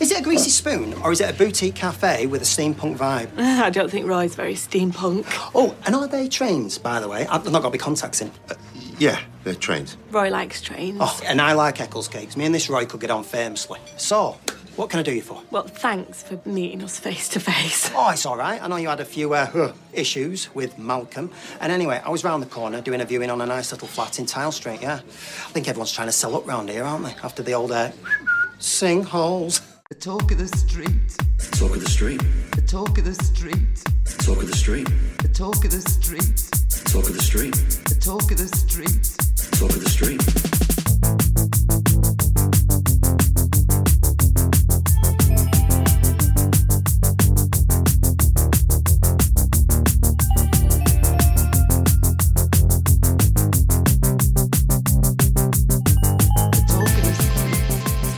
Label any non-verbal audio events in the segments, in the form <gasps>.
Is it a greasy spoon or is it a boutique cafe with a steampunk vibe? <laughs> I don't think Roy's very steampunk. Oh, and are they trains, by the way? I've not got to be contacting. Yeah, they're trains. Roy likes trains. Oh, and I like Eccles cakes. Me and this Roy could get on famously. So, what can I do you for? Well, thanks for meeting us face to face. Oh, it's all right. I know you had a few uh, huh, issues with Malcolm. And anyway, I was round the corner doing a viewing on a nice little flat in Tile Street, yeah. I think everyone's trying to sell up round here, aren't they? After the old uh, singholes. The talk of the street. Talk of the street. The talk of the street. Talk of the street. The talk of the street. Talk of the street. The talk of the street. Talk of the street.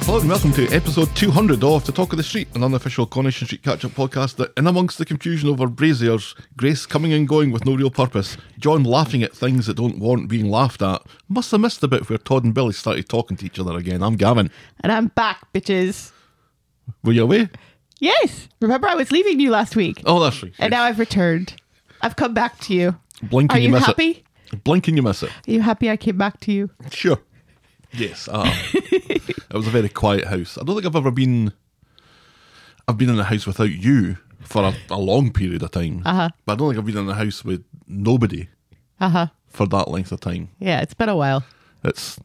Hello and welcome to episode 200 of The Talk of the Street, an unofficial Coronation Street catch-up podcast that, in amongst the confusion over braziers, Grace coming and going with no real purpose, John laughing at things that don't warrant being laughed at, must have missed the bit where Todd and Billy started talking to each other again. I'm Gavin. And I'm back, bitches. Were you away? Yes. Remember, I was leaving you last week, Oh, that's right. and now I've returned. I've come back to you. Blink Are and you, you miss happy? it. Blink and you miss it. Are you happy I came back to you? Sure. Yes, um, <laughs> I am. it was a very quiet house. I don't think I've ever been. I've been in a house without you for a, a long period of time. Uh-huh. But I don't think I've been in a house with nobody Uh huh. for that length of time. Yeah, it's been a while. It's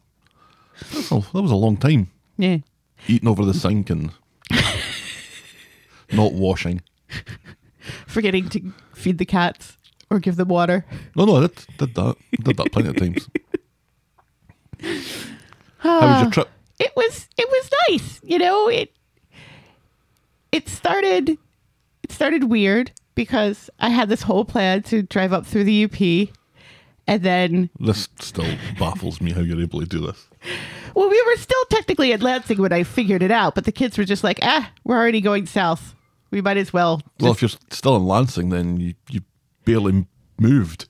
that's a, that was a long time Yeah. eating over the sink and <laughs> not washing. Forgetting to feed the cats or give them water. No, no, I did, did that. Did that plenty of <laughs> times. How was your trip? it was it was nice you know it it started it started weird because i had this whole plan to drive up through the up and then This still baffles me how you're able to do this. well we were still technically in lansing when i figured it out but the kids were just like ah we're already going south we might as well Well, if you're still in Lansing, then you, you barely moved.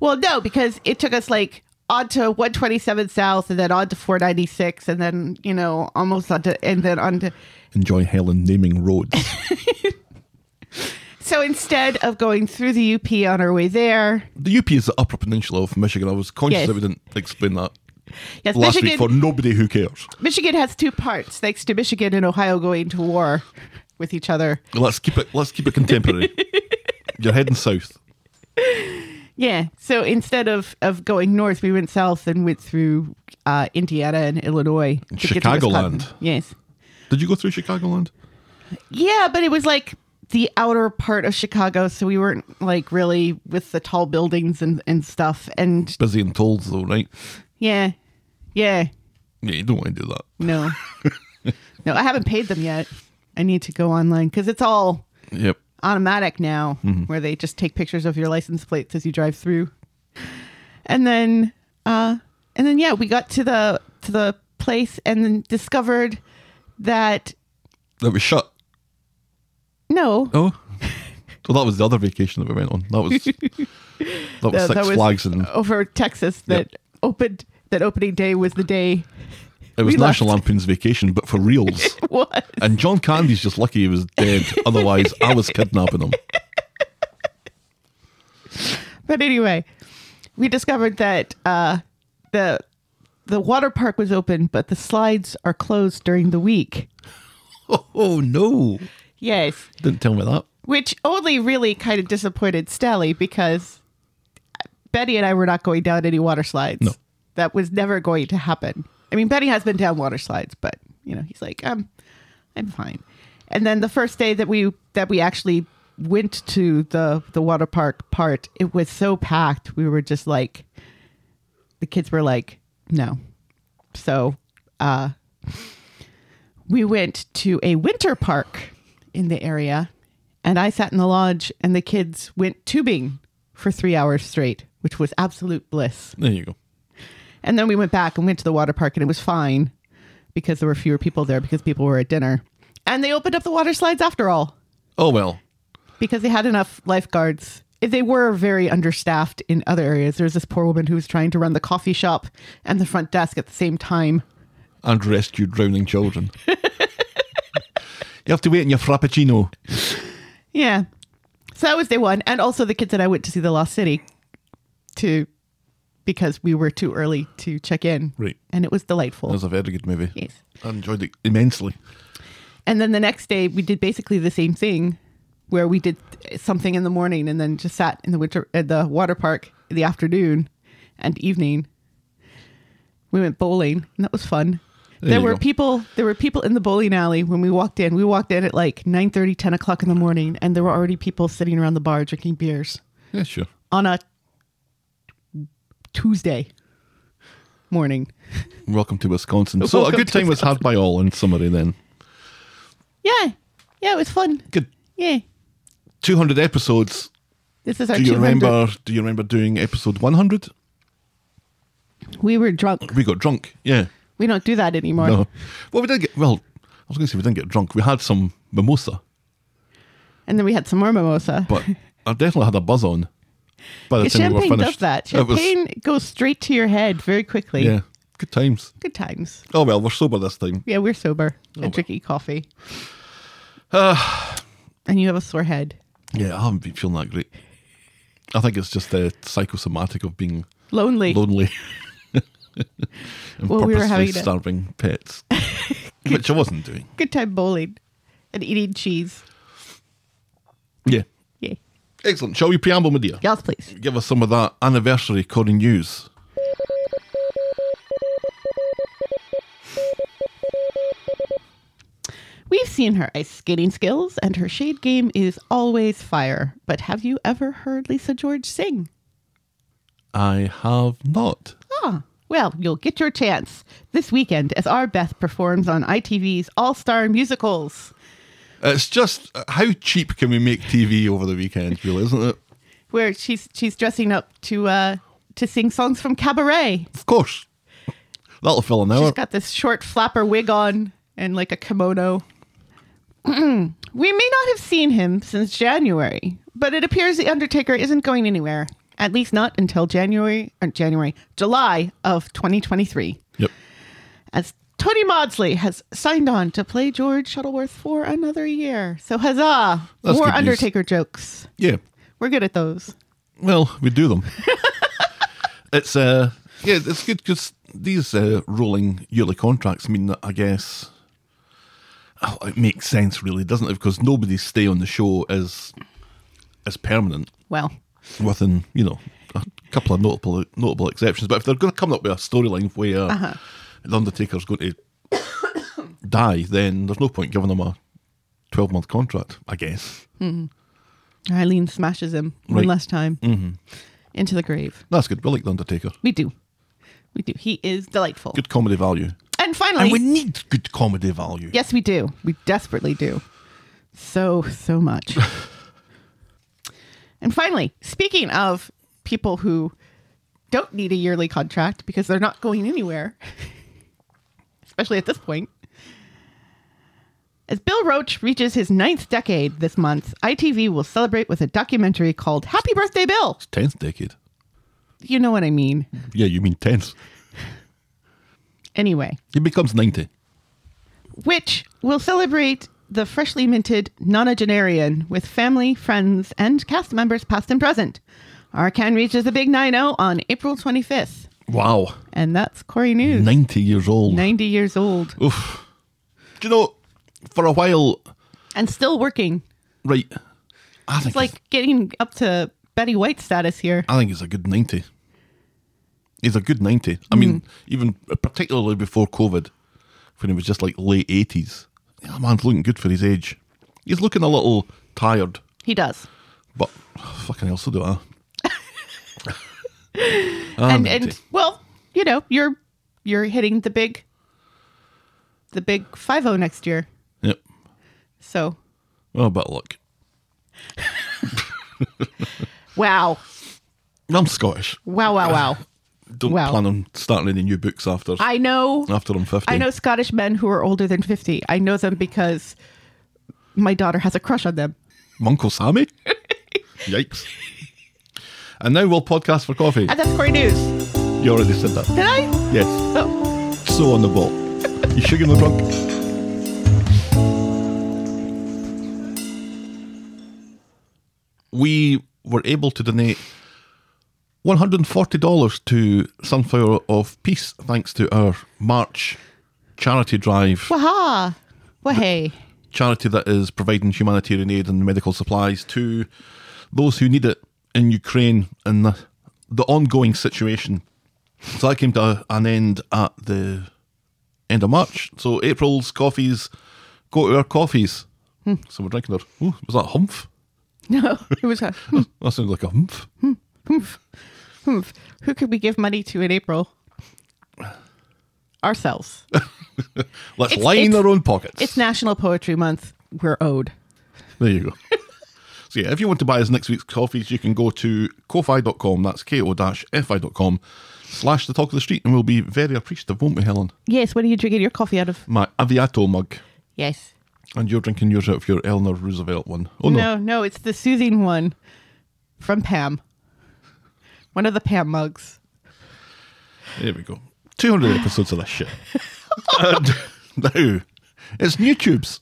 well no because it took us like onto 127 south and then onto 496 and then you know almost onto and then onto Enjoy Helen naming roads. so instead of going through the up on our way there <laughs> the UP is the Upper Peninsula of Michigan. I was conscious Yes. that we didn't explain that yes last michigan week for nobody who cares. Michigan has two parts, thanks to Michigan and Ohio going to war with each other. Let's keep it. Let's keep it <laughs> contemporary. you're heading south. Yeah. So instead of, of going north, we went south and went through uh, Indiana and Illinois. to get to Chicagoland. Wisconsin. Yes. Did you go through Chicagoland? Yeah, but it was like the outer part of Chicago, so we weren't like really with the tall buildings and, and stuff. And Busy and told though, right? yeah, yeah, Yeah, you don't want to do that. no. no, I haven't paid them yet. I need to go online because it's all Yep. automatic now where they just take pictures of your license plates as you drive through and then uh and then yeah we got to the to the place and then discovered that That was shut. no Oh. So that was the other vacation that we went on. That <laughs> was that was that- Six that was Flags and over texas that opened that opening day was the day <laughs> it was we National left. Lampoon's Vacation, but for <laughs> reals. was And John Candy's just lucky he was <laughs> dead. Otherwise, I was kidnapping him. but anyway we discovered that uh the the water park was open but the slides are closed during the week Oh, no! yes Didn't tell me that. which only really kind of disappointed Stelly because Betty and I were not going down any water slides. No. That was never going to happen. I mean, Betty has been down water slides, but you know, he's like, um, I'm fine. And then the first day that we that we actually went to the the water park part, it was so packed. We were just like, the kids were like, no. So, uh, we went to a winter park in the area and I sat in the lodge and the kids went tubing for three hours straight, which was absolute bliss. There you go. And then we went back and went to the water park and it was fine because there were fewer people there because people were at dinner. And they opened up the water slides after all Oh well. because they had enough lifeguards. They were very understaffed in other areas. There was this poor woman who was trying to run the coffee shop and the front desk at the same time. <laughs> And rescued drowning children. You have to wait in your frappuccino. Yeah. So that was day one. And also the kids and I went to see The Lost City to because we were too early to check in. Right. And it was delightful. That was a very good movie. Yes. I enjoyed it immensely. And then the next day we did basically the same thing where we did something in the morning and then just sat in the winter at the water park in the afternoon and evening. We went bowling and that was fun. There There, you were go. people there were people in the bowling alley when we walked in. We walked in at like 9:30, 10 o'clock in the morning, and there were already people sitting around the bar drinking beers. Yeah, sure. on a Tuesday morning. Welcome to Wisconsin. So a Welcome good to time was had by all in summary then. Yeah. Yeah, it was fun. Good. Yeah. 200 episodes. This is our Do you 200. remember do you remember doing episode 100? We were drunk. We got drunk. Yeah. We don't do that anymore. No. Well, we did get well, I was going to say we didn't get drunk. We had some mimosa, And then we had some more mimosa. but I definitely had a buzz on. By the 'Cause time we were champagne does finished. that. It was- Champagne goes straight to your head very quickly. yeah. Good times. Good times. Oh well, we're sober this time. Yeah, we're sober Oh, and drinking coffee. <sighs> and you have a sore head. Yeah, I haven't been feeling that great. I think it's just the psychosomatic of being Lonely. <laughs> lonely and Well, we were purposely having a- starving <laughs> pets, which I wasn't doing. Good time bowling and eating cheese. Yeah, Yeah. excellent. Shall we preamble, my dear? Yes, please. Give us some of that anniversary Cory news. We've seen her ice skating skills, and her shade game is always fire. But have you ever heard Lisa George sing? I have not. Ah, well, you'll get your chance this weekend as our Beth performs on ITV's All Star Musicals, It's just uh, how cheap can we make TV over the weekend, really, isn't it? where she's she's dressing up to uh, to sing songs from Cabaret. Of course, that'll fill an hour. She's got this short flapper wig on and like a kimono. <clears throat> we may not have seen him since January, but it appears the Undertaker isn't going anywhere. At least not until January or January, July of 2023. yep. As Tony Maudsley has signed on to play George Shuttleworth for another year. So huzzah! That's More good news. Undertaker jokes. Yeah. We're good at those. Well, we do them. it's uh, yeah, it's good because these uh, rolling yearly contracts mean that I guess oh, it makes sense, really, doesn't it? Because nobody's stay on the show is is permanent, Well, within you know a couple of notable notable exceptions. But if they're going to come up with a storyline where Uh-huh. the Undertaker's going to <coughs> die, then there's no point giving them a twelve month contract, I guess. Eileen smashes him one Right. Mm-hmm. last time into the grave. That's good. We like the Undertaker. We do. We do. He is delightful. Good comedy value. And finally, And we need good comedy value. yes, we do. We desperately do. So, <laughs> so much. and finally, speaking of people who don't need a yearly contract because they're not going anywhere, <laughs> especially at this point. As Bill Roach reaches his ninth decade this month, ITV will celebrate with a documentary called Happy Birthday Bill. Tenth decade. You know what I mean. Yeah, you mean tenth. Anyway, He becomes 90. which will celebrate the freshly minted nonagenarian with family, friends, and cast members past and present. Arcan reaches the big 9 0 on April 25th. Wow. And that's Corey News. 90 years old. 90 years old Oof. Do you know, for a while, and still working. right, I think, It's like getting up to Betty White status here. I think he's a good 90. He's a good 90. I Mm. mean, even particularly before COVID, when he was just like late 80s. Yeah, man's looking good for his age. He's looking a little tired, He does. but fucking hell, so do <laughs> I. Ah, and 90. and well, you know, you're you're hitting the big the big 50 next year. Yep. So, Well, but look, wow. I'm Scottish. Wow, wow, wow. Don't Wow. plan on starting any new books after I know after I'm 50. I know Scottish men who are older than 50. I know them because my daughter has a crush on them. Uncle <laughs> Sammy? Yikes. And now we'll podcast for coffee. And that's Corey News. You already said that. Did I? Yes. Oh. So on the ball. You sugar my drunk? we were able to donate $140 to Sunflower of Peace thanks to our March charity drive. Waha! Wahey! charity that is providing humanitarian aid and medical supplies to those who need it in Ukraine and the, the ongoing situation. So that came to an end at the end of March. So April's coffees go to our coffees. Hmm. So we're drinking our. Ooh, was that humph? <laughs> No, it was a hmm, That sounds like a <laughs> humph. hmm. Who could we give money to in April? Ourselves. Let's It's- line it's- our own pockets. It's National Poetry Month. We're owed. There you go. <laughs> so yeah, if you want to buy us next week's coffees, you can go to kofi.com, that's ko-fi.com, slash the talk of the street, and we'll be very appreciative, won't we, Helen? Yes, what are you drinking your coffee out of? My Aviato mug. Yes. And you're drinking yours out of your Eleanor Roosevelt one. Oh no. No, no, it's the soothing one from Pam. One of the Pam mugs. There we go. 200 episodes of this shit. <laughs> and now, it's new tubes.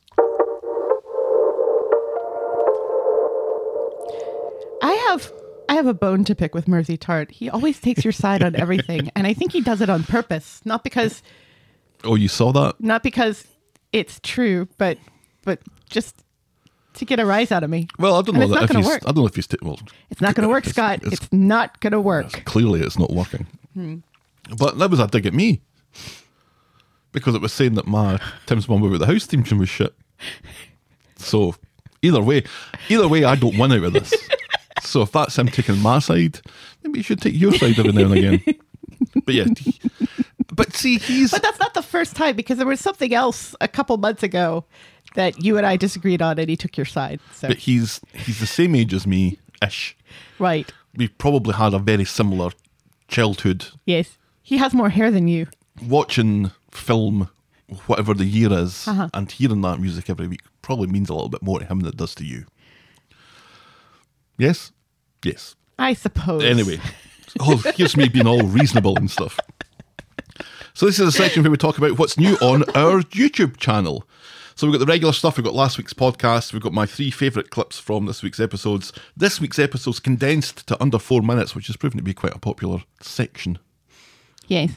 I have I have a bone to pick with Mersey Tart. He always takes your side on everything, and I think he does it on purpose, not because Oh, you saw that? not because it's true, but but just to get a rise out of me. Well, I don't And know it's that not if gonna he's. work. I don't know if he's. T- well, It's not going <laughs> to work, it's- Scott. it's- It's, not going to work. Hmm. clearly it's not working. But that was a dig at me because it was saying that my Tim's mum about the house team tune was shit. So either way, either way, I don't win out of <laughs> this. so if that's him taking my side, maybe you should take your side every now and <laughs> again. but yeah, he- but see, he's But that's not the first time because there was something else a couple months ago that you and I disagreed on, and he took your side. So but he's he's the same age as me ish. right, We probably had a very similar childhood yes, he has more hair than you. watching film, whatever the year is, and hearing that music every week probably means a little bit more to him than it does to you. Yes? Yes. I suppose. Anyway, <laughs> oh, here's me being all reasonable and stuff. So this is a section where we talk about what's new on our YouTube channel. So we've got the regular stuff, we've got last week's podcast, we've got my three favourite clips from this week's episodes. This week's episode's condensed to under four minutes, which has proven to be quite a popular section. yes,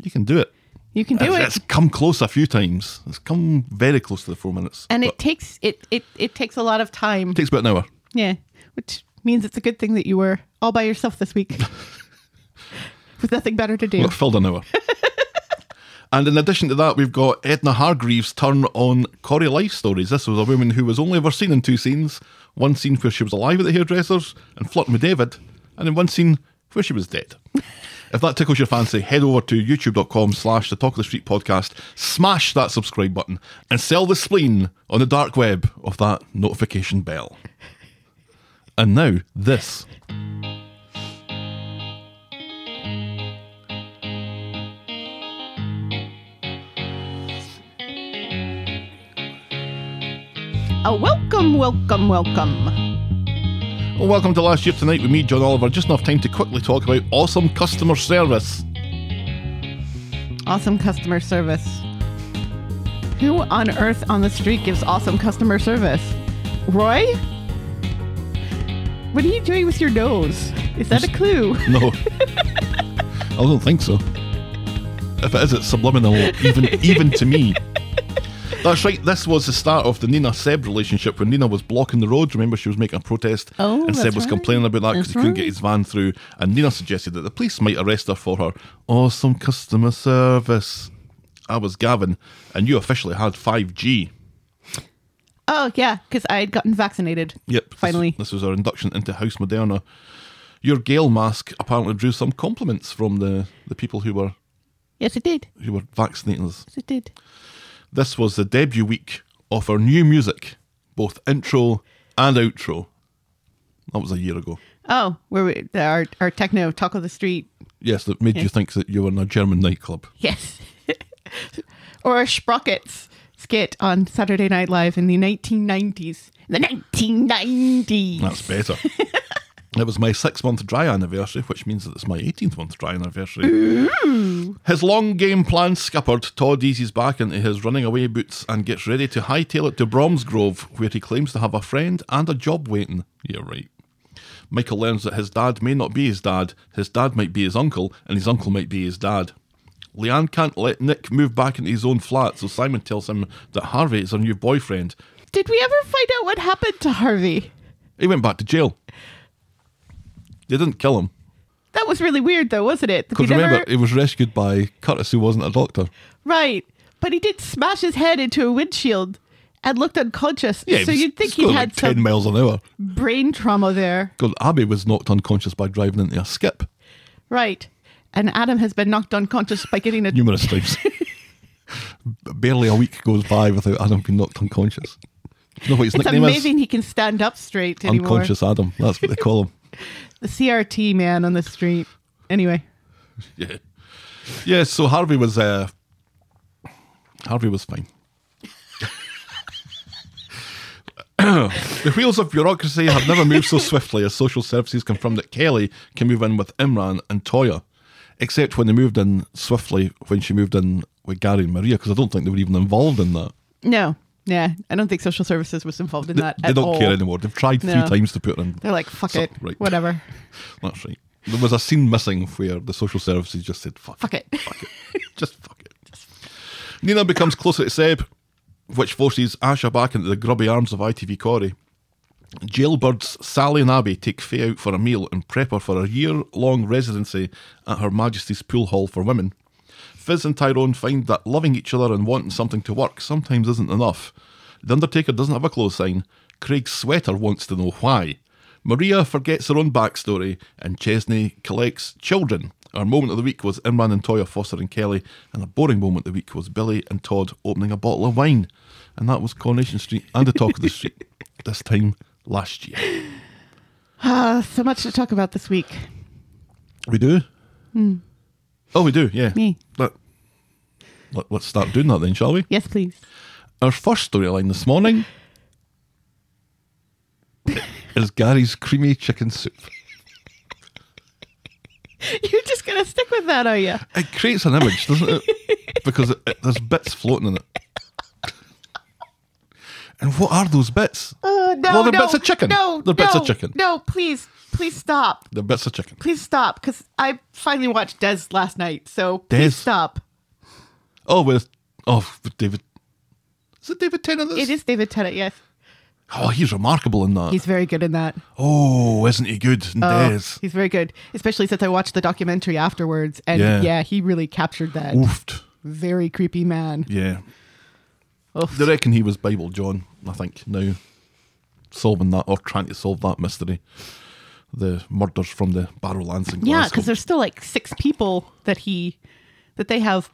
You can do it. you can do it's, it. it's come close a few times. It's come very close to the four minutes. and but it takes it, it it takes a lot of time. takes about an hour. Yeah, which means it's a good thing that you were all by yourself this week with nothing better to do. We're filled an hour. and in addition to that, we've got Edna Hargreaves' turn on Corrie Life Stories. This was a woman who was only ever seen in two scenes. One scene where she was alive at the hairdresser's and flirting with David, and then one scene where she was dead. If that tickles your fancy, head over to youtube.com slash the talk of the street podcast, smash that subscribe button, and sell the spleen on the dark web of that notification bell. And now, this. A welcome, welcome, welcome. Well, welcome to Last Year Tonight with me, John Oliver. Just enough time to quickly talk about awesome customer service. Awesome customer service. Who on earth on the street gives awesome customer service? Roy? What are you doing with your nose? Is that a clue? No, <laughs> I don't think so. If it is, it's subliminal, <laughs> even even to me. That's right. This was the start of the Nina Seb relationship when Nina was blocking the road. Remember, she was making a protest, Oh, and Seb that's was right. complaining about that because That's he couldn't get right. his van through. And Nina suggested that the police might arrest her for her awesome customer service. I was Gavin, and you officially had five G. Oh, yeah, because I had gotten vaccinated. Yep. this- Finally. This, was our induction into House Moderna. Your Gale mask apparently drew some compliments from the, the people who were Yes, it did. who were vaccinating us. Yes, it did. This was the debut week of our new music, both intro and outro. That was a year ago. Oh, where we, our, our techno talk of the street Yes, that made you think that you were in a German nightclub. Yes. <laughs> or a Sprockets skit on Saturday Night Live in the 1990s. The 1990s. That's better. It was my six month dry anniversary, which means that it's my 18th month dry anniversary. His long game plan scuppered, Todd eases back into his running away boots and gets ready to hightail it to Bromsgrove, where he claims to have a friend and a job waiting. Yeah, right. Michael learns that his dad may not be his dad, his dad might be his uncle, and his uncle might be his dad. Leanne can't let Nick move back into his own flat, so Simon tells him that Harvey is her new boyfriend. Did we ever find out what happened to Harvey? He went back to jail. They didn't kill him. That was really weird, though, wasn't it? We Because remember, never- he was rescued by Curtis, who wasn't a doctor. right? But he did smash his head into a windshield and looked unconscious. he so was- you'd think he's he'd going had like ten some miles an hour. brain trauma there, Because Abby was knocked unconscious by driving into a skip right? And Adam has been knocked unconscious by getting a numerous <laughs> times. Barely a week goes by without Adam being knocked unconscious. You know what his It's nickname amazing he can stand up straight is? anymore. Unconscious Adam. That's what they call him. The CRT man on the street. Anyway, yeah. Yeah. So Harvey was. Uh, Harvey was fine. the wheels of bureaucracy have never moved so swiftly as social services confirmed that Kelly can move in with Imran and Toya, except when they moved in swiftly when she moved in with Gary and Maria, because I don't think they were even involved in that. no, yeah, I don't think social services was involved in They, that they at don't all. care anymore. They've tried three No. times to put her in. They're like, fuck So- it, right. whatever, That's right. There was a scene missing where the social services just said, fuck, fuck it. fuck it. <laughs> Just fuck it. Nina becomes closer to Seb, which forces Asha back into the grubby arms of ITV Corey. Jailbirds Sally and Abby take Faye out for a meal and prep her for a year long residency at Her Majesty's Pool Hall for Women. Fizz and Tyrone find that loving each other and wanting something to work sometimes isn't enough. The Undertaker doesn't have a clothes sign. Craig Sweater wants to know why. Maria forgets her own backstory, and Chesney collects children. Our moment of the week was Imran and Toya Foster and Kelly, and a boring moment of the week was Billy and Todd opening a bottle of wine. And that was Coronation Street and the Talk of the Street <laughs> this time last year. Uh, so much to talk about this week. We do? Oh, we do, yeah. Me. Let, let, us start doing that then, shall we? Yes, please. <laughs> Our first storyline this morning is Gary's creamy chicken soup. You're just gonna stick with that, are you? It creates an image, doesn't <laughs> it? Because it, it- there's bits floating in it. And what are those bits? Oh no, Uh, Well, they're no, bits of chicken. No, They're bits no, of chicken. No, please, please stop, They're bits of chicken. please stop, because I finally watched Des last night. So Des? please stop. Oh, with oh with David. Is it David Tennant? that's- It is David Tennant. Yes, Oh, he's remarkable in that. he's very good in that. oh, isn't he good? And Oh, Des. He's very good, especially since I watched the documentary afterwards. And Yeah. yeah, he really captured that Oofed. very creepy man. Yeah. Oof. They reckon he was Bible John, I think, now solving that or trying to solve that mystery. The murders from the Barrowlands in Glasgow. Yeah, because there's still like six people that he that they have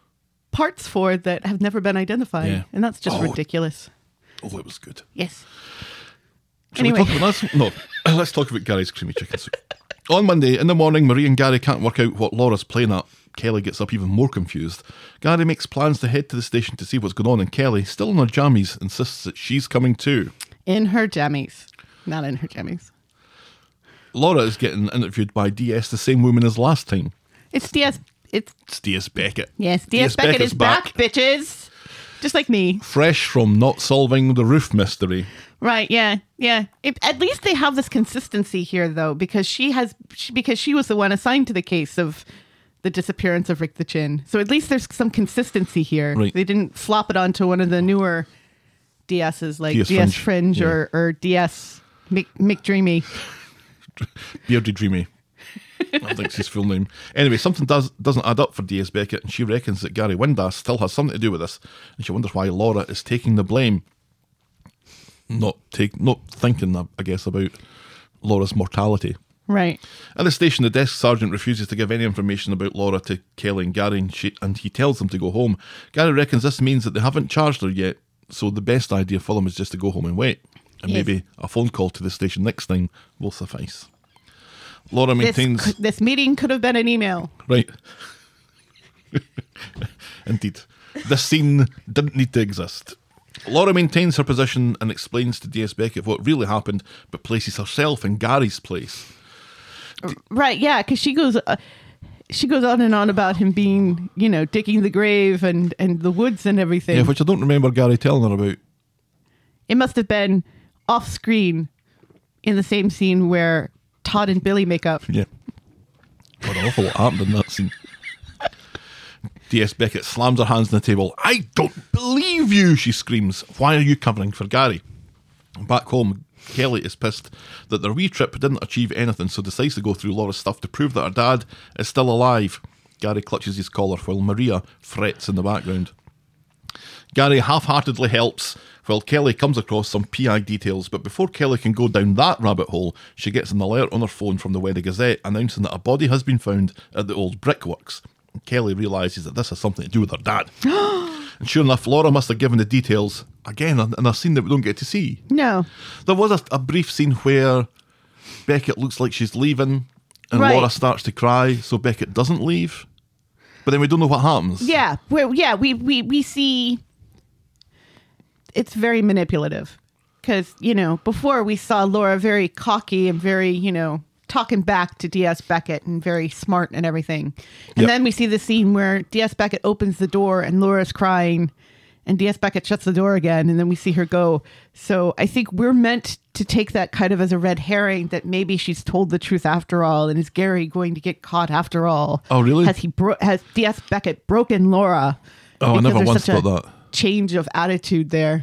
parts for that have never been identified, Yeah. and that's just Oh. ridiculous. Oh, it was good. Yes. Shall Anyway. we talk about this? No, <laughs> let's talk about Gary's creamy chicken soup. On Monday in the morning, Marie and Gary can't work out what Laura's playing at. Kelly gets up even more confused. Gary makes plans to head to the station to see what's going on, and Kelly, still in her jammies, insists that she's coming too. In her jammies, not in her jammies. Laura is getting interviewed by DS, the same woman as last time. It's DS. It's It's DS Beckett. yes. DS, Beckett, is back, bitches. Just like me, Fresh from not solving the roof mystery. right? Yeah, yeah. It, at least they have this consistency here, though, because she has she, because she was the one assigned to the case of the disappearance of Rick the Chin. So at least there's some consistency here. Right. They didn't flop it onto one of the newer DSs like DS DS, Fringe. Fringe, or or DS Mc, McDreamy. Bearded Dreamy. I think it's his full name. Anyway, something does doesn't add up for DS Beckett, and she reckons that Gary Windass still has something to do with this, and she wonders why Laura is taking the blame. Not take, not thinking, I guess, about Laura's mortality. Right. At the station, the desk sergeant refuses to give any information about Laura to Kelly and Gary, and, she, and he tells them to go home. Gary reckons this means that they haven't charged her yet, so the best idea for them is just to go home and wait. And Yes. maybe a phone call to the station next time will suffice. Laura This, maintains. cou- this meeting could have been an email. <laughs> Right. <laughs> Indeed. This scene didn't need to exist. Laura maintains her position and explains to DS Beckett what really happened, but places herself in Gary's place. Right, yeah, because she goes, uh, she goes on and on about him being, you know, digging the grave and and the woods and everything. Yeah, which I don't remember Gary telling her about. it must have been off screen, in the same scene where Todd and Billy make up. Yeah. God, an awful lot happened in that scene. D.S. Beckett slams her hands on the table. I don't believe you, she screams. Why are you covering for Gary? Back home, Kelly is pissed that their wee trip didn't achieve anything, so decides to go through Laura's stuff to prove that her dad is still alive. Gary clutches his collar while Maria frets in the background. Gary half heartedly helps while Kelly comes across some PI details, but before Kelly can go down that rabbit hole, she gets an alert on her phone from the Weather Gazette announcing that a body has been found at the old brickworks. Kelly realises that this has something to do with her dad. and sure enough, Laura must have given the details again in a scene that we don't get to see. No, There was a, a brief scene where Beckett looks like she's leaving and Right. Laura starts to cry, so Beckett doesn't leave. But then we don't know what happens. yeah, well, yeah, we we we see. It's very manipulative, because you know before we saw Laura very cocky and very you know talking back to D.S. Beckett and very smart and everything, and Yep. then we see the scene where D.S. Beckett opens the door and Laura's crying, and D.S. Beckett shuts the door again, and then we see her go. So I think we're meant to take that kind of as a red herring that maybe she's told the truth after all, and is Gary going to get caught after all? Oh, really? Has he bro- has D.S. Beckett broken Laura? Oh, I Because never there's once such a thought that. Hmm. Change of attitude there.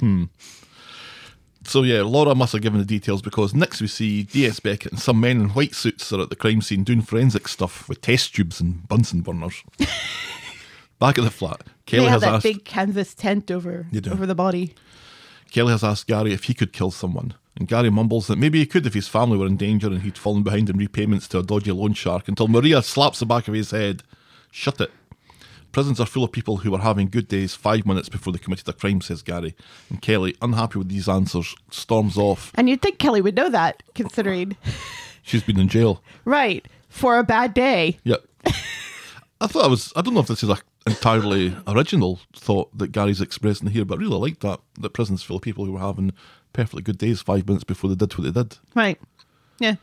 So yeah, Laura must have given the details because next we see D.S. Beckett and some men in white suits are at the crime scene doing forensic stuff with test tubes and Bunsen <laughs> burners. Back at the flat, Kelly they has have that asked big canvas tent over They do. over the body. Kelly has asked Gary if he could kill someone, and Gary mumbles that maybe he could if his family were in danger and he'd fallen behind in repayments to a dodgy loan shark until Maria slaps the back of his head. Shut it. Prisons are full of people who were having good days five minutes before they committed a crime, says Gary. And Kelly, unhappy with these answers, storms off. And you'd think Kelly would know that, considering She's been in jail. right for a bad day. Yep. I thought I was. I don't know if this is a entirely original thought that Gary's expressing here, but I really like that that prisons full of people who were having perfectly good days five minutes before they did what they did. Right. Yeah.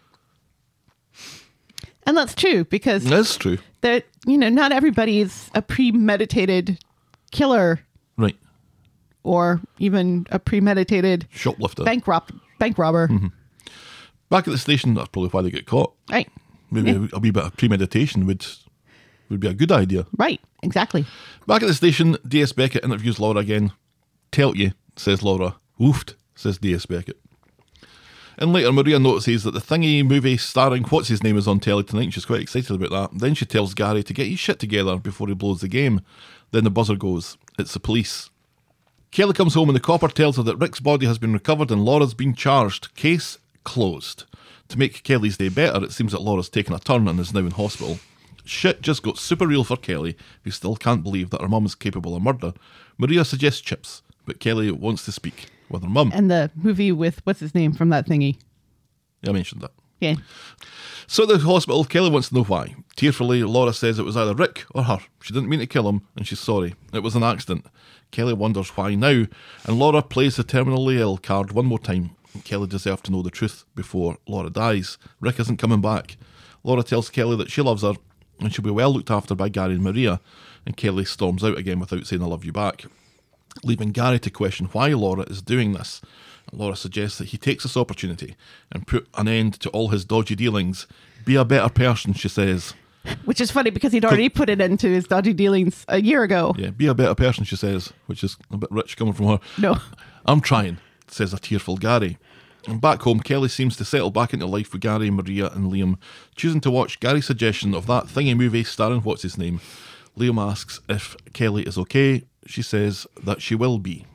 And that's true because That's true, that you know not everybody is a premeditated killer right? or even a premeditated Shoplifter. bank rob bank robber. Mm-hmm. Back at the station, that's probably why they get caught. Right. Maybe a a wee bit of premeditation would would be a good idea. Right. Exactly. Back at the station, D.S. Beckett interviews Laura again. Tell you, says Laura. Oofed, says D.S. Beckett. And later, Maria notices that the thingy movie starring What's His Name is on telly tonight. and She's quite excited about that. Then she tells Gary to get his shit together before he blows the game. Then the buzzer goes. It's the police. Kelly comes home and the copper tells her that Rick's body has been recovered and Laura's been charged. Case closed. To make Kelly's day better, it seems that Laura's taken a turn and is now in hospital. Shit just got super real for Kelly, who still can't believe that her mum is capable of murder. Maria suggests chips, but Kelly wants to speak with her mum. And the movie with what's his name from that thingy. I mentioned that. Yeah. So at the hospital, Kelly wants to know why. Tearfully, Laura says it was either Rick or her. She didn't mean to kill him, and she's sorry. It was an accident. Kelly wonders why now, and Laura plays the terminally ill card one more time. Kelly deserved to know the truth before Laura dies. Rick isn't coming back. Laura tells Kelly that she loves her and she'll be well looked after by Gary and Maria, and Kelly storms out again without saying I love you back leaving Gary to question why Laura is doing this. Laura suggests that he takes this opportunity and put an end to all his dodgy dealings. Be a better person, she says. Which is funny because he'd already put it into his dodgy dealings a year ago. Yeah, be a better person, she says, which is a bit rich coming from her. No. I'm trying, says a tearful Gary. And back home, Kelly seems to settle back into life with Gary, Maria, and Liam, choosing to watch Gary's suggestion of that thingy movie starring what's his name. Liam asks if Kelly is okay. She says that she will be.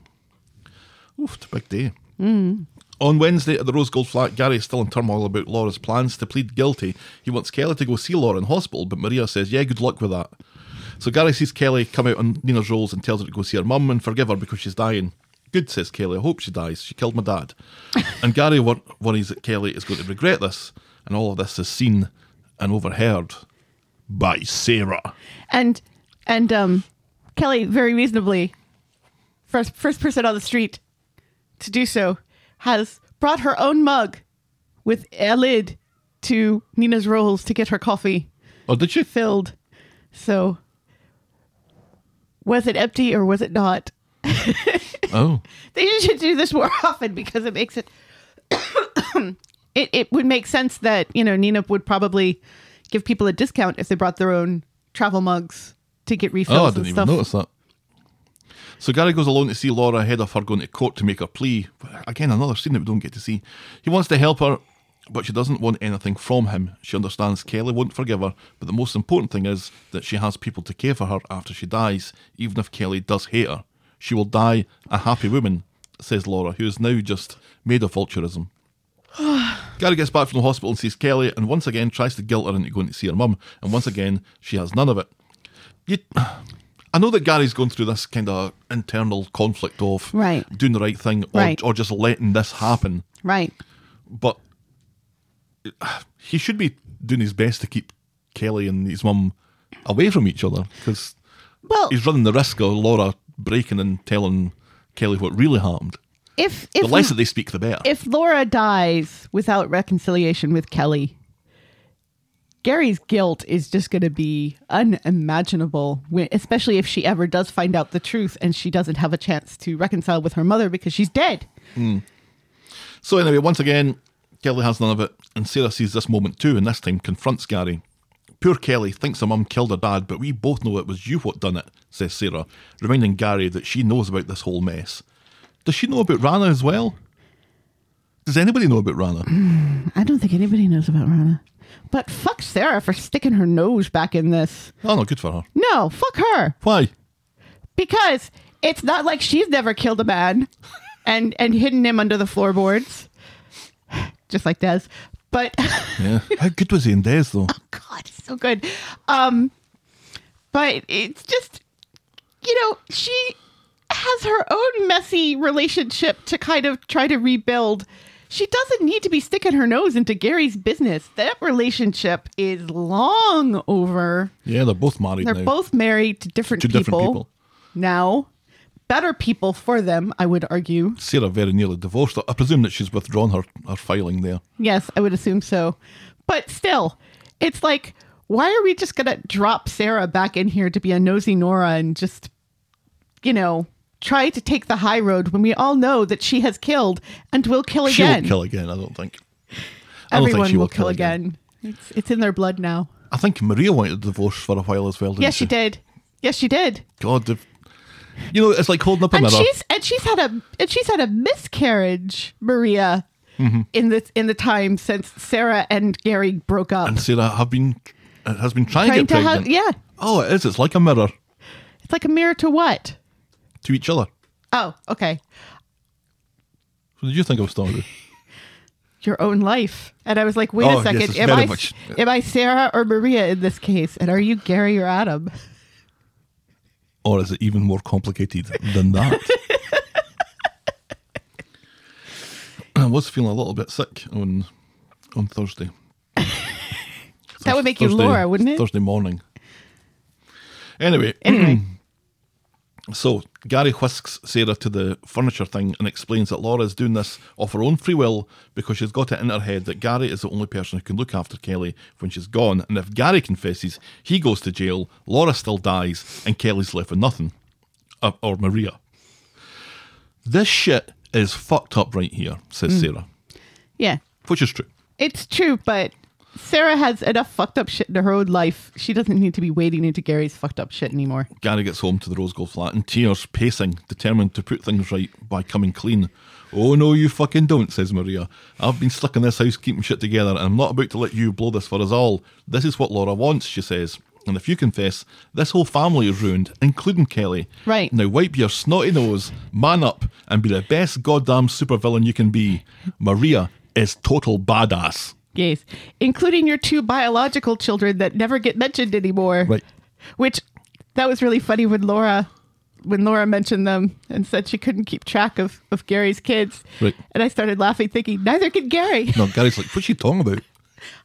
Oof, it's a big day. On Wednesday at the Rose Gold flat, Gary is still in turmoil about Laura's plans to plead guilty. He wants Kelly to go see Laura in hospital, but Maria says, Yeah, good luck with that. So Gary sees Kelly come out on Nina's rolls and tells her to go see her mum and forgive her because she's dying. Good, says Kelly. I hope she dies. She killed my dad. and Gary wor- worries that Kelly is going to regret this, and all of this is seen and overheard by Sarah. and and um, Kelly very reasonably, first first person on the street to do so, has brought her own mug with a lid to Nina's Rolls to get her coffee Oh, did she? filled. So, was it empty or was it not? Oh, They should do this more <laughs> often because it makes it. <coughs> it it would make sense that you know Nina would probably give people a discount if they brought their own travel mugs to get refills. oh, I and didn't even stuff. notice that. So Gary goes alone to see Laura ahead of her going to court to make her plea. Again, another scene that we don't get to see. He wants to help her, but she doesn't want anything from him. She understands Kelly won't forgive her, but the most important thing is that she has people to care for her after she dies, even if Kelly does hate her. She will die a happy woman, says Laura, who is now just made of vulturism. Gary gets back from the hospital and sees Kelly, and once again tries to guilt her into going to see her mum, and once again she has none of it. You, I know that Gary's going through this kind of internal conflict of Right. doing the right thing or, Right. or just letting this happen, Right. but uh, he should be doing his best to keep Kelly and his mum away from each other because Well, he's running the risk of Laura breaking and telling Kelly what really happened. if if the less that they speak, the better. if Laura dies without reconciliation with Kelly, Gary's guilt is just going to be unimaginable, when- especially if she ever does find out the truth and she doesn't have a chance to reconcile with her mother because she's dead. So anyway, once again, Kelly has none of it, and Sarah sees this moment too, and this time confronts Gary. Poor Kelly thinks her mum killed her dad, but we both know it was you what done it, says Sarah, reminding Gary that she knows about this whole mess. Does she know about Rana as well? Does anybody know about Mm. Rana? I don't think anybody knows about Rana. But fuck Sarah for sticking her nose back in this. oh no, good for her. No, fuck her. Why? Because it's not like she's never killed a man and and hidden him under the floorboards. <sighs> Just like Des. But <laughs> Yeah. How good was he in Des though? God, it's so good. Um, but it's just, you know, she has her own messy relationship to kind of try to rebuild. She doesn't need to be sticking her nose into Gary's business. That relationship is long over. Yeah, they're both married They're now. both married to different, To different people people. now. Better people for them, I would argue. Sarah very nearly divorced her. I presume that she's withdrawn her, her filing there. Yes, I would assume so. But still, it's like, why are we just going to drop Sarah back in here to be a nosy Nora and just, you know, try to take the high road when we all know that she has killed and will kill She again? will kill again, I don't think. I don't think Everyone she will kill, again. It's, it's in their blood now. I think Maria wanted a divorce for a while as well, didn't Yes, she did. Yes, she did. God, the, you know, it's like holding up a And mirror. she's and she's had a and she's had a miscarriage, Maria, Mm-hmm. in the in the time since Sarah and Gary broke up. And Sarah have been uh, has been trying, Trying to get to have- pregnant. yeah. Oh, it is. It's like a mirror it's like a mirror to what? to each other. Oh, okay. What did you think of Story? your own life. And I was like, wait Oh, a yes, second, it's am very I much- am I Sarah or Maria in this case? And are you Gary or Adam? Or is it even more complicated than <laughs> that? I was feeling a little bit sick on on Thursday. That would make you Laura, wouldn't it? Thursday morning. Anyway, Anyway, So Gary whisks Sarah to the furniture thing and explains that Laura is doing this of her own free will because she's got it in her head that Gary is the only person who can look after Kelly when she's gone, and if Gary confesses, he goes to jail, Laura still dies, and Kelly's left with nothing. Uh, or Maria. This shit is fucked up right here, says Sarah. yeah, Which is true. it's true, but Sarah has enough fucked up shit in her own life. She doesn't need to be wading into Gary's fucked up shit anymore. Gary gets home to the Rose Gold flat in tears, pacing, determined to put things right by coming clean. Oh no, you fucking don't, says Maria. I've been stuck in this house keeping shit together, and I'm not about to let you blow this for us all. This is what Laura wants, she says. And if you confess, this whole family is ruined, including Kelly. Right. Now wipe your snotty nose, man up, and be the best goddamn supervillain you can be. Maria is total badass. Yes, including your two biological children that never get mentioned anymore. Right. Which that was really funny when Laura when Laura mentioned them and said she couldn't keep track of, of Gary's kids. Right. And I started laughing, thinking, neither can Gary. <laughs> No, Gary's like, what's she talking about?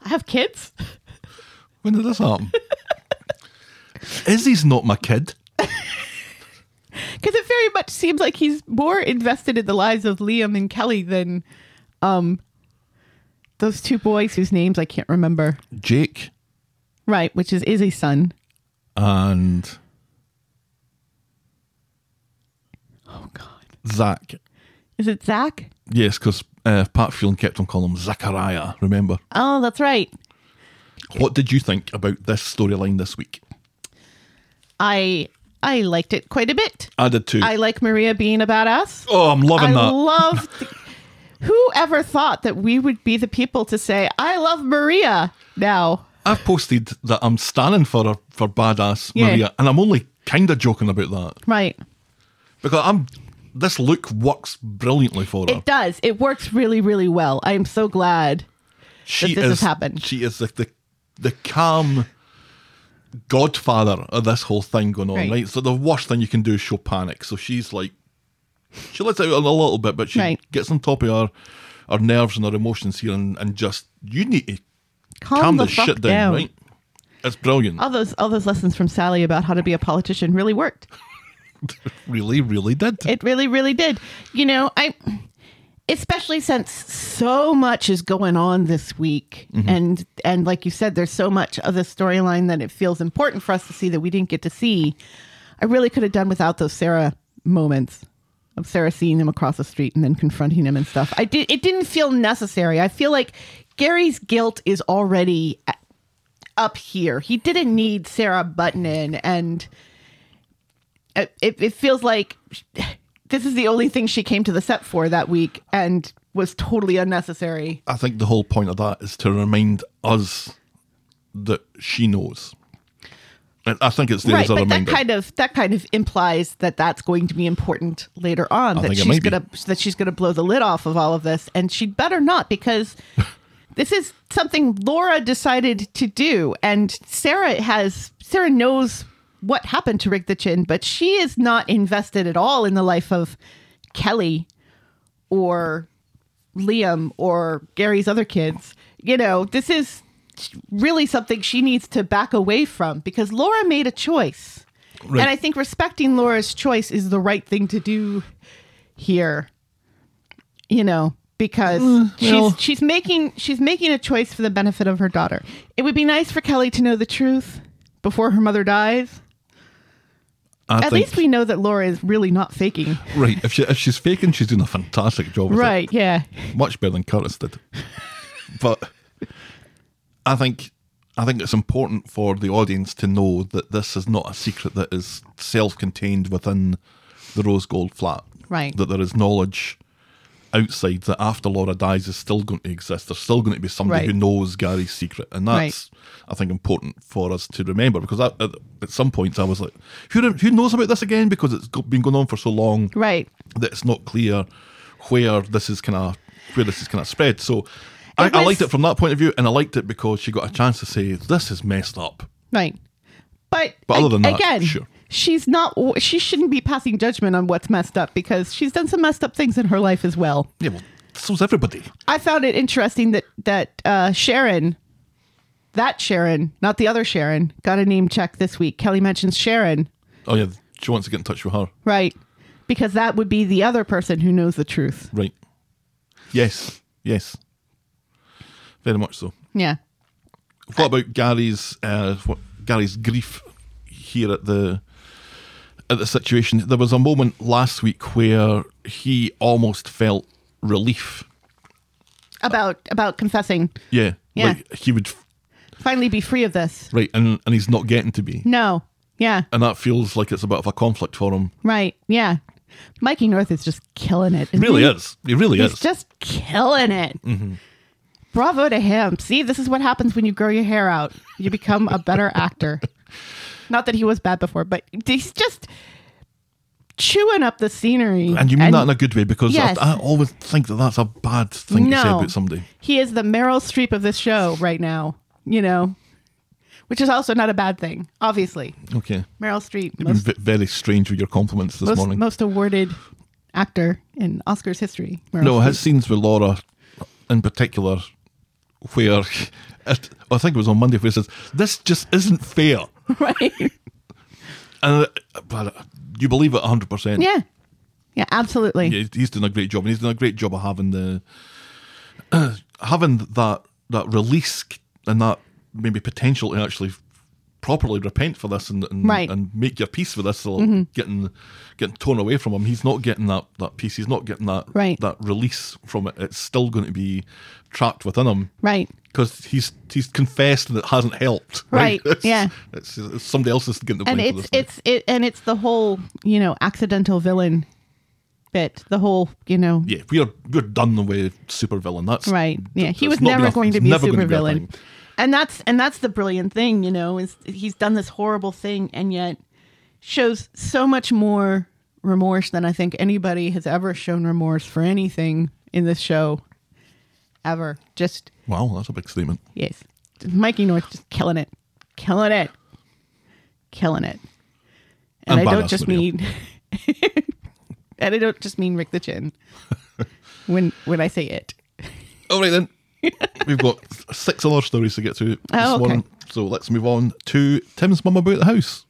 I have kids. When did this happen? Izzy's not my kid. Because it very much seems like he's more invested in the lives of Liam and Kelly than um those two boys whose names I can't remember. Jake Right, which is Izzy's son. and Oh God, Zach. is it Zach? Yes, because uh, Pat Phelan kept on calling him Zachariah, remember? Oh, that's right. What did you think about this storyline this week? I I liked it quite a bit. I did too. I like Maria being a badass. oh, I'm loving I that. love. <laughs> Whoever thought that we would be the people to say I love Maria now? I've posted that I'm standing for for badass Yeah. Maria, and I'm only kind of joking about that Right. because I'm. This look works brilliantly for her. It does. It works really, really well. I am so glad. she this is has happened. She is the the, the calm godfather of this whole thing going on, Right. right. So the worst thing you can do is show panic. So she's like, she lets out a little bit, but she Right. gets on top of her her nerves and her emotions here, and, and just you need to Calm, calm the this fuck shit down, right? It's brilliant. All those all those lessons from Sally about how to be a politician really worked. really, really did. It really, really did. You know, I especially since so much is going on this week and and like you said, there's so much of the storyline that it feels important for us to see that we didn't get to see. I really could have done without those Sarah moments of Sarah seeing him across the street and then confronting him and stuff. I did it didn't feel necessary. I feel like Gary's guilt is already a- up here. He didn't need Sarah Buttonin and it, it, it feels like sh- this is the only thing she came to the set for that week and was totally unnecessary. I think the whole point of that is to remind us that she knows. And I think it's there right, as a but that reminder. kind of that kind of implies that that's going to be important later on that think it she's might be. gonna that she's gonna blow the lid off of all of this, and she'd better <laughs> not because this is something Laura decided to do, and Sarah has Sarah knows what happened to Rick the Chin, but she is not invested at all in the life of Kelly or Liam or Gary's other kids. You know, this is really something she needs to back away from because Laura made a choice. Right. And I think respecting Laura's choice is the right thing to do here. You know, because Mm, well- she's she's making she's making a choice for the benefit of her daughter. It would be nice for Kelly to know the truth before her mother dies. I At think- least we know that Laura is really not faking. Right. If, she, if she's faking, she's doing a fantastic job. with it. Right, yeah. Much better than Curtis did. but I think I think it's important for the audience to know that this is not a secret that is self-contained within the Rose Gold flat. Right. That there is knowledge outside that after Laura dies is still going to exist. There's still going to be somebody Right. who knows Gary's secret, and that's I think important for us to remember because I, at, at some points I was like, who rem- who knows about this again? Because it's go- been going on for so long Right. that it's not clear where this is kind of where this is kind of spread. So I, It I was- liked it from that point of view, and I liked it because she got a chance to say this is messed up. Right. But, But other than ag- that, again, sure. she's not. She shouldn't be passing judgment on what's messed up because she's done some messed up things in her life as well. Yeah, well, so's everybody. I found it interesting that that uh, Sharon, that Sharon, not the other Sharon, got a name check this week. Kelly mentions Sharon, Oh yeah, she wants to get in touch with her, right? Because that would be the other person who knows the truth. right? Yes, yes, very much so. Yeah. What about Gary's uh, what, Gary's grief here at the at the situation? There was a moment last week where he almost felt relief. About about confessing, Yeah, Yeah. like he would finally be free of this. right, and and he's not getting to be, No. Yeah. and that feels like it's a bit of a conflict for him. Right. Yeah. Mikey North is just killing it. isn't Really he? is, he really Mm-hmm. He's is. just killing it. Mm-hmm. Bravo to him. See, this is what happens when you grow your hair out. You become <laughs> a better actor. Not that he was bad before, but he's just chewing up the scenery. and you mean that in a good way because Yes. I, I always think that that's a bad thing to say No. about somebody. He is the Meryl Streep of this show right now, you know, which is also not a bad thing, obviously. Okay, Meryl Streep, You've been most, ve- very strange with your compliments this most, morning. most awarded actor in Oscars history. Meryl No, Streep. his scenes with Laura, in particular, where <laughs> it, I think it was on Monday, where he says, "This just isn't fair," <laughs> right. and uh, but you believe it hundred percent. Yeah. Yeah, absolutely. Yeah, he's- he's doing a great job, and he's doing a great job of having the <clears throat> having that that release and that maybe potential to actually properly repent for this and and, Right. Mm-hmm. and make your peace with this, so getting getting torn away from him, he's not getting that that peace. He's not getting that Right. that release from it. It's still going to be trapped within him, Right. Because he's he's confessed and it hasn't helped, <laughs> Right, It's- yeah. it's, it's somebody else is getting the blame and for it's this. now. it's it and it's the whole you know accidental villain bit the whole you know yeah, we're we're done with supervillain. That's right yeah that's he was not never gonna- going to it's be a never gonna our supervillain thing. and that's and that's the brilliant thing you know is he's done this horrible thing and yet shows so much more remorse than i think anybody has ever shown remorse for anything in this show ever just Wow, that's a big statement. Yes. Mikey North just killing it. Killing it. Killing it. And, And I don't badass just video. mean <laughs> And I don't just mean Rick <laughs> the Chin. when when I say it. All right then. <laughs> We've got six other stories to get through this Oh, okay. morning, so let's move on to Tim's mum about the house.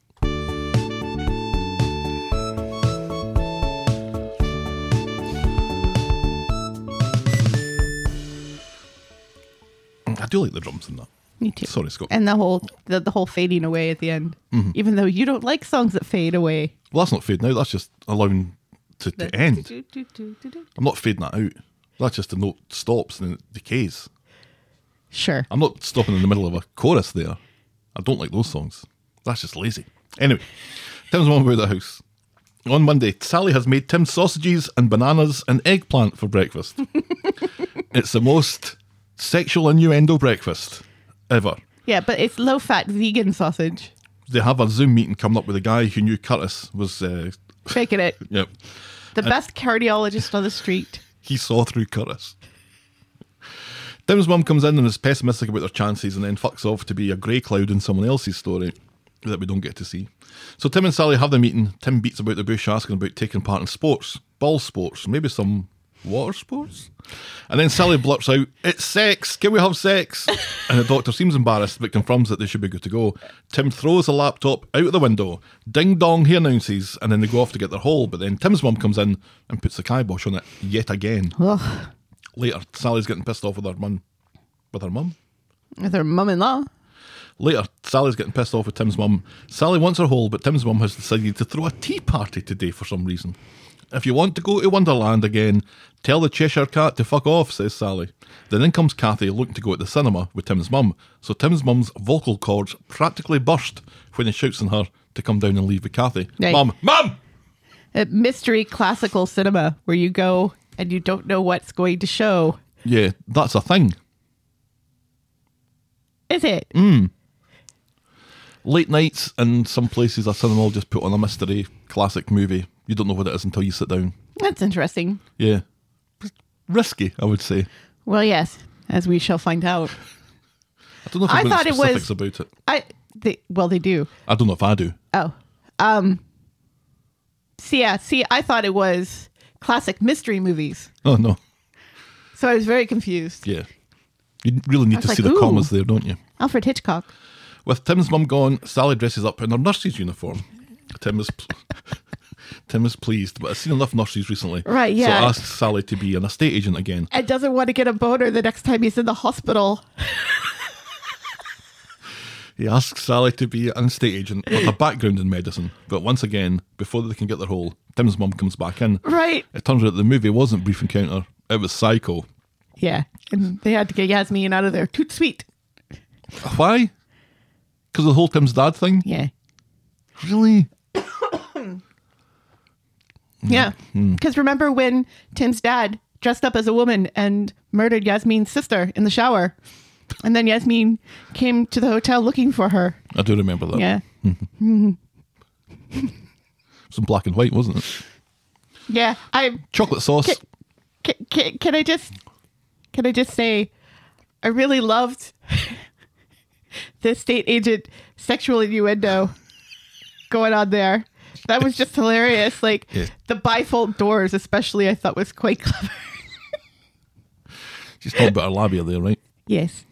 Mm, I do like the drums in that. Me too. Sorry, Scott. Mm-hmm. And the whole the, the whole fading away at the end. Even though you don't like songs that fade away. Well, that's not fading out. That's just allowing to, to end. I'm not fading that out. That's just the note stops and it decays. Sure. I'm not stopping in the middle of a chorus there. I don't like those songs. That's just lazy. Anyway, Tim's mum about the house. On Monday, Sally has made Tim sausages and bananas and eggplant for breakfast. it's the most sexual innuendo breakfast ever. Yeah, but it's low fat vegan sausage. They have a Zoom meeting coming up with a guy who knew Curtis was, uh, Faking it. yeah, <laughs> The best cardiologist on the street. he saw through Curtis. Tim's mum comes in and is pessimistic about their chances and then fucks off to be a grey cloud in someone else's story that we don't get to see. So Tim and Sally have their meeting. Tim beats about the bush asking about taking part in sports, ball sports, maybe some water sports. And then Sally blurts out, It's sex, can we have sex? <laughs> And the doctor seems embarrassed but confirms that they should be good to go. Tim throws a laptop out of the window. Ding dong, he announces, and then they go off to get their haul. But then Tim's mum comes in and puts the kibosh on it yet again. Ugh. Later, Sally's getting pissed off with her mum. With her mum? With her mum in law. Later, Sally's getting pissed off with Tim's mum. Sally wants her hole, but Tim's mum has decided to throw a tea party today for some reason. If you want to go to Wonderland again, tell the Cheshire Cat to fuck off, says Sally. Then in comes Kathy looking to go to the cinema with Tim's mum, so Tim's mum's vocal cords practically burst when he shouts on her to come down and leave with Kathy. Right. Mum, mum! at mystery classical cinema where you go and you don't know what's going to show. Yeah, that's a thing. Is it? late nights and some places a cinema will just put on a mystery classic movie. You don't know what it is until you sit down. That's interesting. Yeah. Risky, I would say. Well, yes, as we shall find out. I don't know if I I thought it know was- specifics about it. I they, well, they do. I don't know if I do. Oh, um, see, yeah, see, I thought it was classic mystery movies, Oh no. so I was very confused. Yeah. You really need was to like, see the "Ooh." commas there, don't you? Alfred Hitchcock. With Tim's mum gone, Sally dresses up in her nurse's uniform. Tim is <laughs> Tim is pleased, but I've seen enough nurses recently. Right, yeah. So asks Sally to be an estate agent again. And doesn't want to get a boner the next time he's in the hospital. <laughs> He asks Sally to be an estate agent with a background in medicine, but once again, before they can get their hole, Tim's mum comes back in. Right. It turns out the movie wasn't Brief Encounter, it was Psycho. Yeah. And they had to get Yasmin out of there. Toot sweet. Why? Because the whole Tim's dad thing? Yeah. Really? Yeah. Hmm. Because remember when Tim's dad dressed up as a woman and murdered Yasmin's sister in the shower? And then Yasmin came to the hotel looking for her. I do remember that. Yeah. It was in black and white, wasn't it? Yeah. I Chocolate sauce. can, can- can, can I just can I just say I really loved <laughs> the state agent sexual innuendo going on there. That was just hilarious. Like Yeah. the bifold doors especially I thought was quite <laughs> clever. She's talking about her labia there, right? Yes.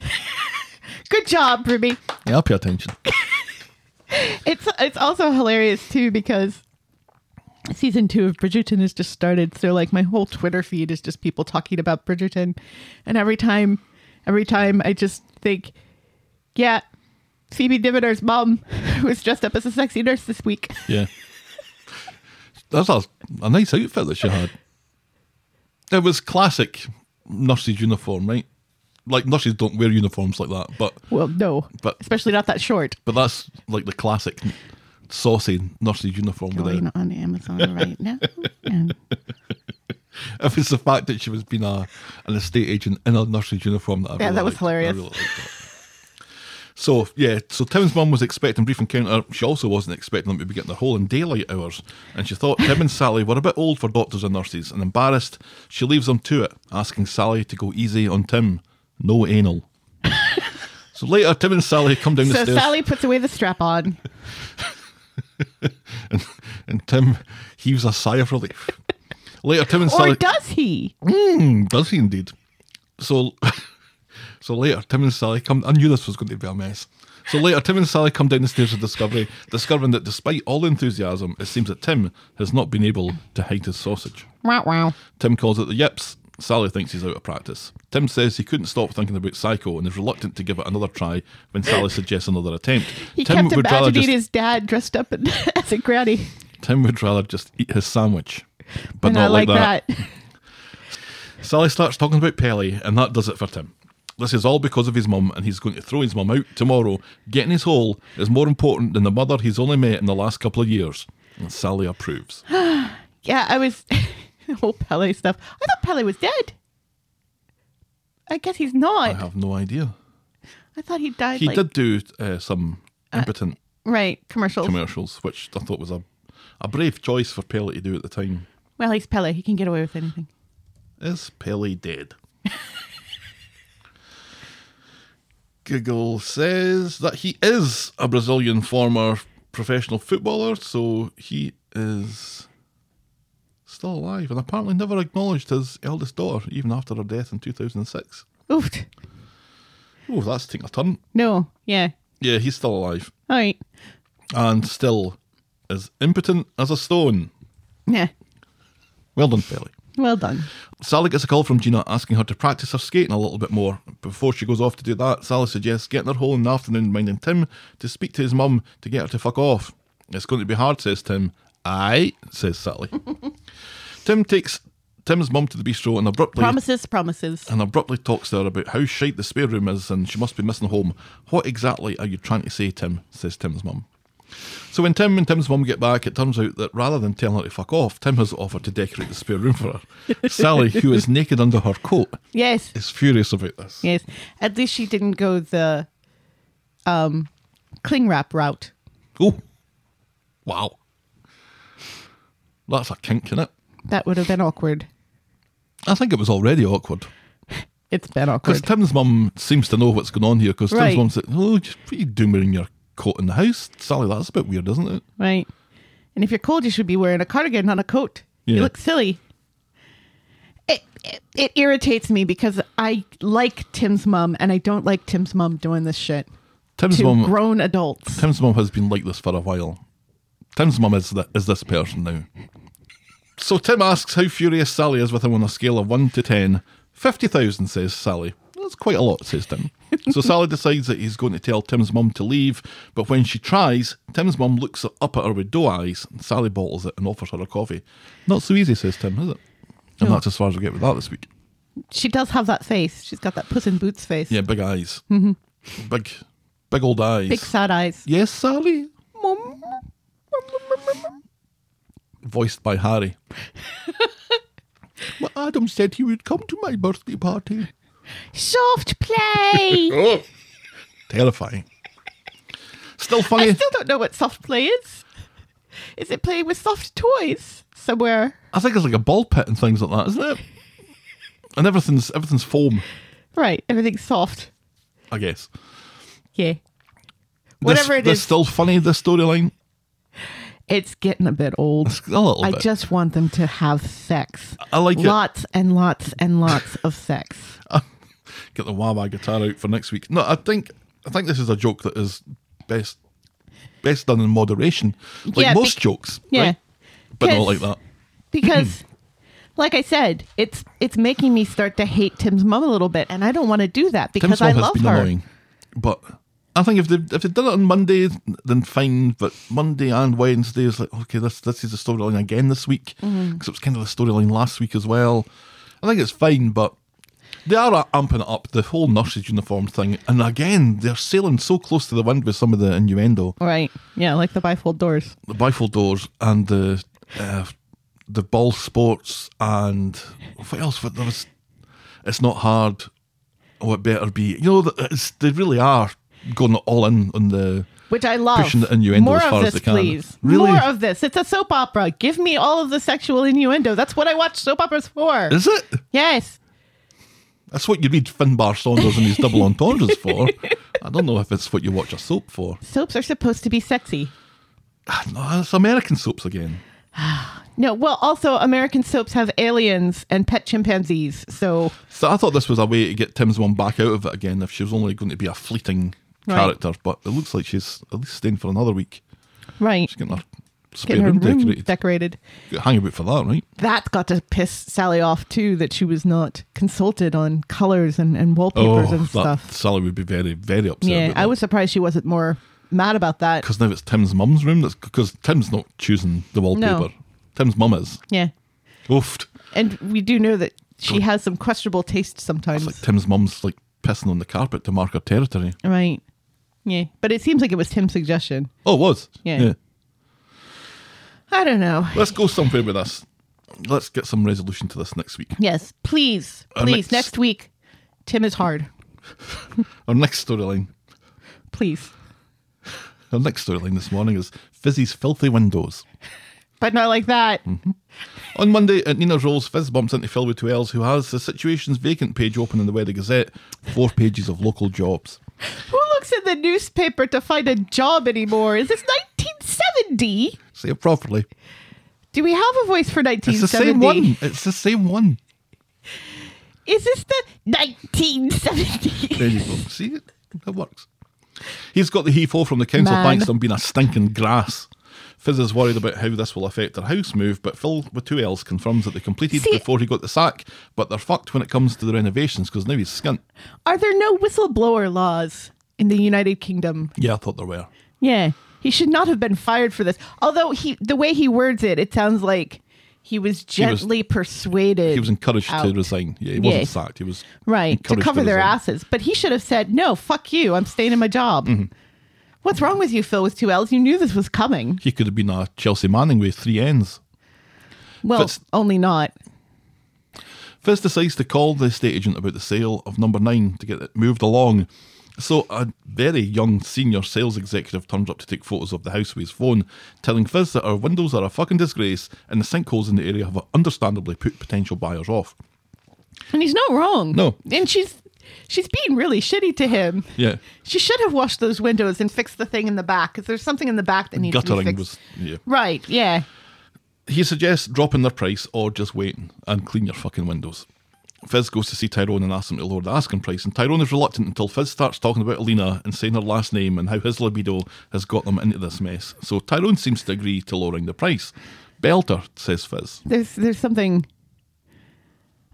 Good job, Ruby. Yeah, I'll pay attention. It's it's also hilarious too because season two of Bridgerton has just started. So like my whole Twitter feed is just people talking about Bridgerton, and every time, every time I just think, yeah, Phoebe Divitter's mom <laughs> was dressed up as a sexy nurse this week. Yeah. That's a, a nice outfit that she had. It was classic nurse's uniform, right? Like nurses don't wear uniforms like that, but Well, no, But- especially not that short. but that's like the classic saucy nurse's uniform. with <laughs> Going it. on Amazon right <laughs> now. And It was the fact that she was being a an estate agent in a nurse's uniform that I Yeah, really that was liked. I hilarious. really liked that. So yeah, so Tim's mum was expecting brief encounter. She also wasn't expecting them to be getting their whole in daylight hours, and she thought Tim and Sally were a bit old for doctors and nurses. And embarrassed, she leaves them to it, asking Sally to go easy on Tim, no <laughs> anal. so later, Tim and Sally come down the so stairs, Sally puts away the strap on. and Tim heaves a sigh of relief. Later, Tim and Sally Hmm, Or does Oh, he? Does he indeed? So, <laughs> so later, Tim and Sally come. I knew this was going to be a mess. So later, Tim and Sally come down the stairs of Discovery, discovering that despite all enthusiasm, it seems that Tim has not been able to hide his sausage. Wow, wow. Tim calls it the yips. Sally thinks he's out of practice. Tim says he couldn't stop thinking about Psycho and is reluctant to give it another try when Sally suggests another attempt. He Tim kept imagining his dad dressed up <laughs> in, as a granny. Tim would rather just eat his sandwich, but and not I like that. that. Sally starts talking about Pelly, and that does it for Tim. This is all because of his mum, and he's going to throw his mum out tomorrow. Getting his hole is more important than the mother he's only met in the last couple of years. And Sally approves. Yeah, I was <laughs> the whole Pele stuff. I thought Pele was dead. I guess he's I not. I, have no idea. thought he died. He like, did do uh, some impotent right commercials. commercials, which I thought was a, a brave choice for Pelly to do at the time. Well, he's Pele. He can get away with anything. Is Pelly dead? Google says that he is a Brazilian former professional footballer, so he is still alive and apparently never acknowledged his eldest daughter, even after her death in 2006. Oof. Oh, that's taking a turn. No. Yeah. Yeah, he's still alive All right. and still as impotent as a stone. Yeah. Well done, Pelly. Well done. Sally gets a call from Gina asking her to practice her skating a little bit more. Before she goes off to do that, Sally suggests getting her home in the afternoon, minding Tim, to speak to his mum to get her to fuck off. It's going to be hard, says Tim. Aye, says Sally. Tim takes Tim's mum to the bistro and abruptly Promises. Promises. and abruptly talks to her about how shite the spare room is and she must be missing home. What exactly are you trying to say, Tim? says Tim's mum. So when Tim and Tim's mum get back, it turns out that rather than telling her to fuck off, Tim has offered to decorate the spare room for <laughs> her. Sally, who is naked under her coat, Yes. is furious about this. Yes. At least she didn't go the um, cling wrap route. Oh, wow. That's a kink in it. That would have been awkward. I think it was already awkward. It's been Because awkward. Tim's mum seems to know what's going on here. Because Tim's Right. mum said, "Oh, just- what are you doing wearing your coat in the house, Sally? That's a bit weird, isn't it?" Right. And if you're cold, you should be wearing a cardigan, not a coat. Yeah. You look silly. It, it, it irritates me because I like Tim's mom and I don't like Tim's mom doing this shit Tim's to mum, grown adults. Tim's mum has been like this for a while. Tim's mum is that is this person now. So Tim asks how furious Sally is with him on a scale of one to ten. Fifty thousand, says Sally. That's quite a lot, says Tim. so Sally decides that he's going to tell Tim's mum to leave, but when she tries, Tim's mum looks up at her with doe eyes, and Sally bottles it and offers her a coffee. Not so easy, says Tim, is it? And that's as far as we get with that this week. She does have that face. She's got that puss in boots face. Yeah, big eyes. Big, big old eyes. Big sad eyes. Yes, Sally? Mom. voiced by Harry. <laughs> well, Adam said he would come to my birthday party. <laughs> Soft play. Oh, Terrifying. Still I funny. still don't know what soft play is. Is it playing with soft toys somewhere? I think it's like a ball pit and things like that, isn't it? And everything's everything's foam, Right. Everything's soft. I guess. Yeah. Whatever this, it this is. still funny. This storyline, <laughs> It's getting a bit old. It's a little I bit. just want them to have sex. I like it. lots and lots and lots of sex. Get the Wawa guitar out for next week. No, I think I think this is a joke that is best best done in moderation, like Yeah, most bec- jokes. Yeah, right? but not 'Cause- like that. because like I said, it's it's making me start to hate Tim's mom a little bit and I don't want to do that Tim's because I mom has love been her. annoying, but I think if they if they did it on Monday, then fine. But Monday and Wednesday is like okay, this this is the storyline again this week because Mm-hmm. it was kind of the storyline last week as well. I think it's fine, but they are uh, amping it up the whole nurses uniform thing, and again they're sailing so close to the wind with some of the innuendo, Right. Yeah, like the bifold doors. the bifold doors, and the uh, the ball sports, and what else? What there was? It's not hard. Oh, it better be. You know, th- it's, they really are going all in on the. Which I love. Pushing the innuendo More as far of as this, they can. please. Really? More of this. It's a soap opera. Give me all of the sexual innuendo. That's what I watch soap operas for. Is it? yes. That's what you read Finbar Saunders and his double entendres for. I don't know if it's what you watch a soap for. Soaps are supposed to be sexy. No, it's American soaps again. No, well, also American soaps have aliens and pet chimpanzees. So So I thought this was a way to get Tim's mum back out of it again if she was only going to be a fleeting Right. character, but it looks like she's at least staying for another week. right, She's getting her spare getting her room, room decorated. decorated. Hang about for that, right? That's got to piss Sally off too that she was not consulted on colors and, and wallpapers and Oh, that stuff. Sally would be very, very upset. Yeah, I was surprised she wasn't more mad about that. because now it's Tim's mum's room. That's because Tim's not choosing the wallpaper. Tim's mum is. Yeah, Oofed. and we do know that she has some questionable taste sometimes, It's like Tim's mum's like pissing on the carpet to mark her territory. right? Yeah, but it seems like it was Tim's suggestion. Oh, it was. Yeah. I don't know. Let's go somewhere with this. Let's get some resolution to this next week. Yes, please, Our next- please, next week, Tim is hard. Our next storyline. Please. Our next storyline this morning is Fizzy's filthy windows. but not like that. On Monday, at Nina's Rolls, Fizz bumps into Phil with two L's, who has the Situation's vacant page open in the Weather Gazette, four pages of local jobs. Who looks in the newspaper to find a job anymore? Is this 1970? Say it properly. Do we have a voice for It's the 1970? same one. It's the same one. Is this the 1970? There you go. See it? That works. He's got the heave ho from the council Man. thanks to him being a stinking grass. Fizz is worried about how this will affect their house move, but Phil with two L's confirms that they completed See- before he got the sack, but they're fucked when it comes to the renovations because now he's skint. Are there no whistleblower laws in the United Kingdom? Yeah, I thought there were. Yeah, he should not have been fired for this. Although he, the way he words it, it sounds like he was was- gently persuaded. He was encouraged out. to resign. Yeah, he wasn't Yeah. sacked. He was Right, to encouraged cover their resign. asses. But he should have said, no, fuck you. I'm staying in my job. Mm-hmm. What's wrong with you, Phil, with two L's? You knew this was coming. He could have been a Chelsea Manning with three N's. Well, Fitz- only not. Fizz decides to call the estate agent about the sale of number nine to get it moved along. So a very young senior sales executive turns up to take photos of the house with his phone, telling Fizz that our windows are a fucking disgrace and the sinkholes in the area have understandably put potential buyers off. And he's not wrong. No. And she's she's being really shitty to him. Yeah. She should have washed those windows and fixed the thing in the back because there's something in the back that needs to be Guttering fixed. was yeah. Right, yeah. He suggests dropping their price or just waiting and clean your fucking windows. Fizz goes to see Tyrone and asks him to lower the asking price, and Tyrone is reluctant until Fizz starts talking about Alina and saying her last name and how his libido has got them into this mess. So Tyrone seems to agree to lowering the price. Belter, says Fizz. There's there's something.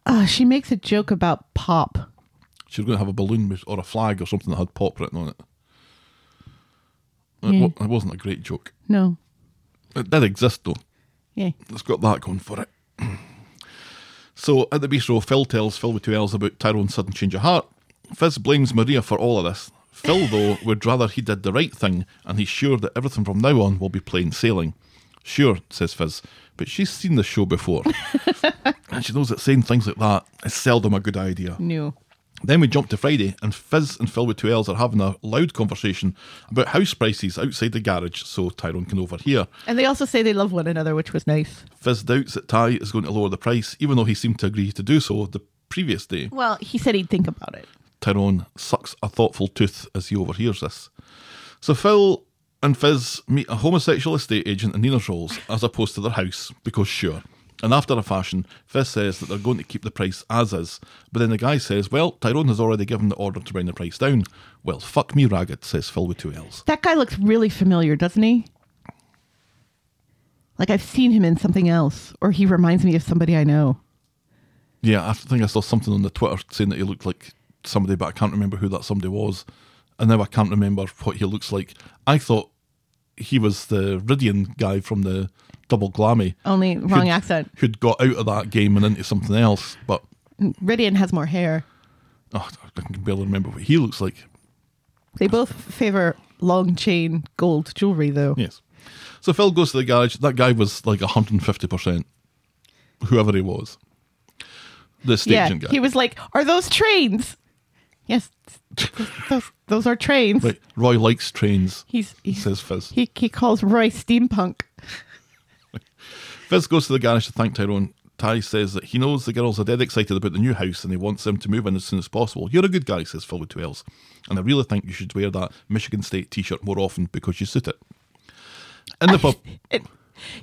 Uh, she makes a joke about pop. She was going to have a balloon with- or a flag or something that had pop written on it. It, wa- it wasn't a great joke. No. It did exist though. Yeah. It's got that going for it. <clears throat> so at the bistro, Phil tells Phil with two L's about Tyrone's sudden change of heart. Fizz blames Maria for all of this. Phil, though, would rather he did the right thing, and he's sure that everything from now on will be plain sailing. Sure, says Fizz, but she's seen this show before. and she knows that saying things like that is seldom a good idea. New. Then we jump to Friday, and Fizz and Phil with two L's are having a loud conversation about house prices outside the garage so Tyrone can overhear. And they also say they love one another, which was nice. Fizz doubts that Ty is going to lower the price, even though he seemed to agree to do so the previous day. Well, he said he'd think about it. Tyrone sucks a thoughtful tooth as he overhears this. So Phil and Fizz meet a homosexual estate agent in Nina's Rolls as opposed to their house, because sure. And after a fashion, Fizz says that they're going to keep the price as is. But then the guy says, well, Tyrone has already given the order to bring the price down. Well, fuck me ragged, says Phil with two L's. That guy looks really familiar, doesn't he? Like I've seen him in something else, or he reminds me of somebody I know. Yeah, I think I saw something on the Twitter saying that he looked like somebody, but I can't remember who that somebody was. And now I can't remember what he looks like. I thought he was the Ridian guy from the Double Glammy. Only wrong who'd- accent. Who'd got out of that game and into something else. But Ridian has more hair. oh, I can barely remember what he looks like. They both favor long chain gold jewelry, though. Yes. So Phil goes to the garage. That guy was like 150%, whoever he was. The Yeah, staging guy. he was like, "Are those trains?" Yes, those, those, those are trains. right. Roy likes trains, He's, he's says Fizz. he he calls Roy steampunk. Fizz goes to the garage to thank Tyrone. Ty says that he knows the girls are dead excited about the new house and he wants them to move in as soon as possible. You're a good guy, says Phil with two L's. And I really think you should wear that Michigan State t shirt more often because you suit it. In the <laughs> pub, It,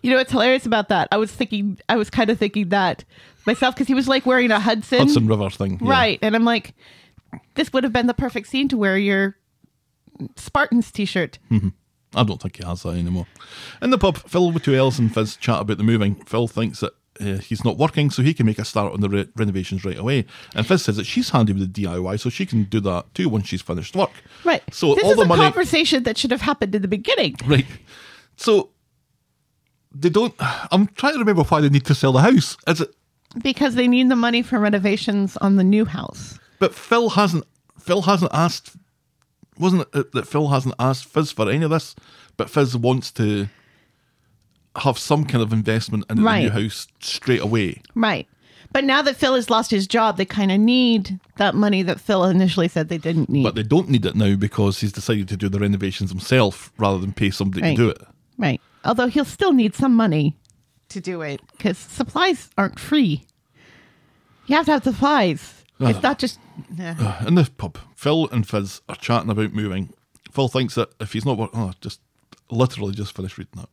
you know what's hilarious about that? I was thinking, I was kind of thinking that myself because he was like wearing a Hudson, Hudson River thing. yeah. right? And I'm like, this would have been the perfect scene to wear your Spartans T-shirt. Hmm. I don't think he has that anymore. In the pub, Phil with two L's and Fizz chat about the moving. Phil thinks that uh, he's not working, so he can make a start on the re- renovations right away. And Fizz says that she's handy with the DIY, so she can do that too once she's finished work. Right. So this all is the a money. conversation that should have happened in the beginning. <laughs> Right. So they don't. I'm trying to remember why they need to sell the house. Is it? because they need the money for renovations on the new house. But Phil hasn't. Phil hasn't asked. Wasn't it that Phil hasn't asked Fizz for any of this? But Fizz wants to have some kind of investment in the Right. new house straight away. Right. But now that Phil has lost his job, they kind of need that money that Phil initially said they didn't need. But they don't need it now because he's decided to do the renovations himself rather than pay somebody Right. to do it. right. Although he'll still need some money to do it because supplies aren't free. You have to have supplies. It's not just. Nah. Uh, In the pub, Phil and Fizz are chatting about moving. Phil thinks that if he's not working, oh, just literally just finished reading that.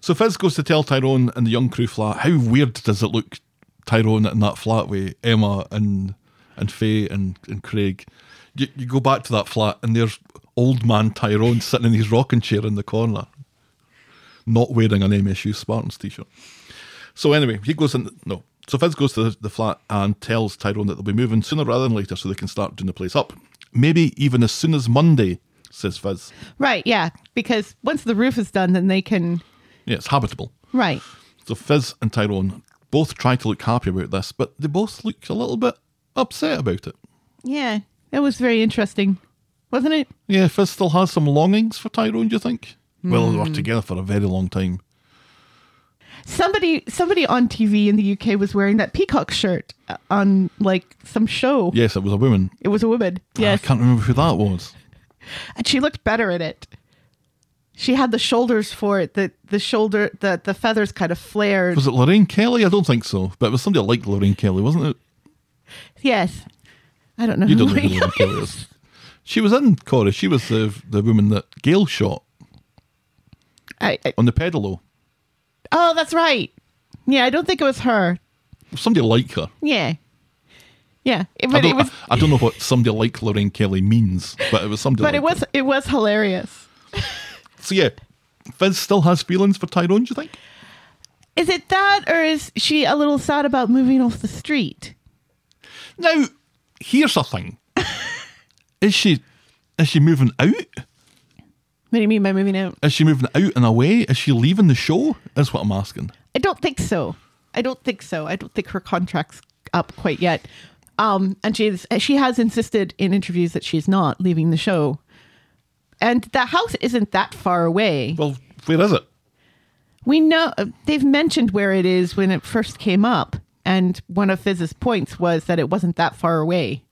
So Fizz goes to tell Tyrone and the young crew flat. How weird does it look, Tyrone in that flat with Emma and and Faye and, and Craig? You, you go back to that flat and there's old man Tyrone sitting in his rocking chair in the corner, not wearing an MSU Spartans t-shirt. So anyway, he goes in. No. So Fizz goes to the, the flat and tells Tyrone that they'll be moving sooner rather than later so they can start doing the place up. Maybe even as soon as Monday, says Fizz. Right. Yeah. Because once the roof is done, then they can. Yeah, it's habitable. Right. So Fizz and Tyrone both try to look happy about this, but they both look a little bit upset about it. Yeah. That was very interesting, wasn't it? Yeah, Fizz still has some longings for Tyrone, do you think? Well, they were together for a very long time. Somebody, somebody on TV in the UK was wearing that peacock shirt uh, on like some show. Yes, it was a woman. It was a woman. Yes, I can't remember who that was. and she looked better in it. She had the shoulders for it. The the shoulder, the the feathers kind of flared. Was it Lorraine Kelly? I don't think so. But it was somebody like Lorraine Kelly, wasn't it? yes, I don't know. You who <laughs> don't know who Lorraine Lorraine Kelly is. She was in Corrie. She was the the woman that Gail shot I, I, on the pedalo. oh, that's right. Yeah, I don't think it was her. Somebody like her. Yeah, yeah, It- I but don't, it was, I, I don't know what somebody like Lorraine Kelly means, but it was somebody. like but it was, her. it was hilarious. So yeah, Fizz still has feelings for Tyrone. Do you think? Is it that, or is she a little sad about moving off the street? Now, here's a <laughs> thing. is she is she moving out? What do you mean by moving out? Is she moving out and away? Is she leaving the show? Is what I'm asking. I don't think so. I don't think so. I don't think her contract's up quite yet. Um, and she's she has insisted in interviews that she's not leaving the show. And the house isn't that far away. Well, where is it? We know uh, they've mentioned where it is when it first came up, and one of Fizz's points was that it wasn't that far away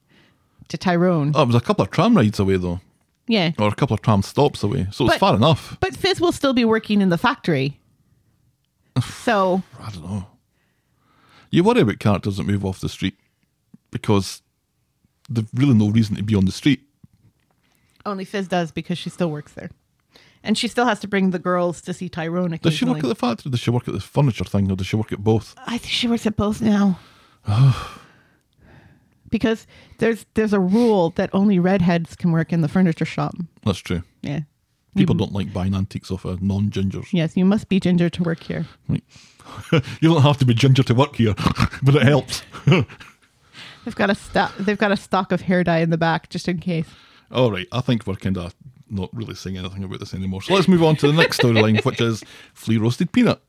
to Tyrone. Oh, it was a couple of tram rides away though, yeah, or a couple of tram stops away. So it's But- far enough. but Fizz will still be working in the factory. So I don't know. You worry about characters that move off the street because they've really no reason to be on the street. Only Fizz does because she still works there. And she still has to bring the girls to see Tyrone Does she occasionally. work at the factory? Does she work at the furniture thing, or does she work at both? I think she works at both now. <sighs> because there's there's a rule that only redheads can work in the furniture shop. That's true. Yeah. People don't like buying antiques off of non gingers. Yes, you must be ginger to work here. <laughs> you don't have to be ginger to work here, <laughs> but it helps. They've got a stock. They've got a stock of hair dye in the back just in case. All right, I think we're kind of not really saying anything about this anymore. So let's move on to the next <laughs> storyline, which is Flea Roasted Peanut.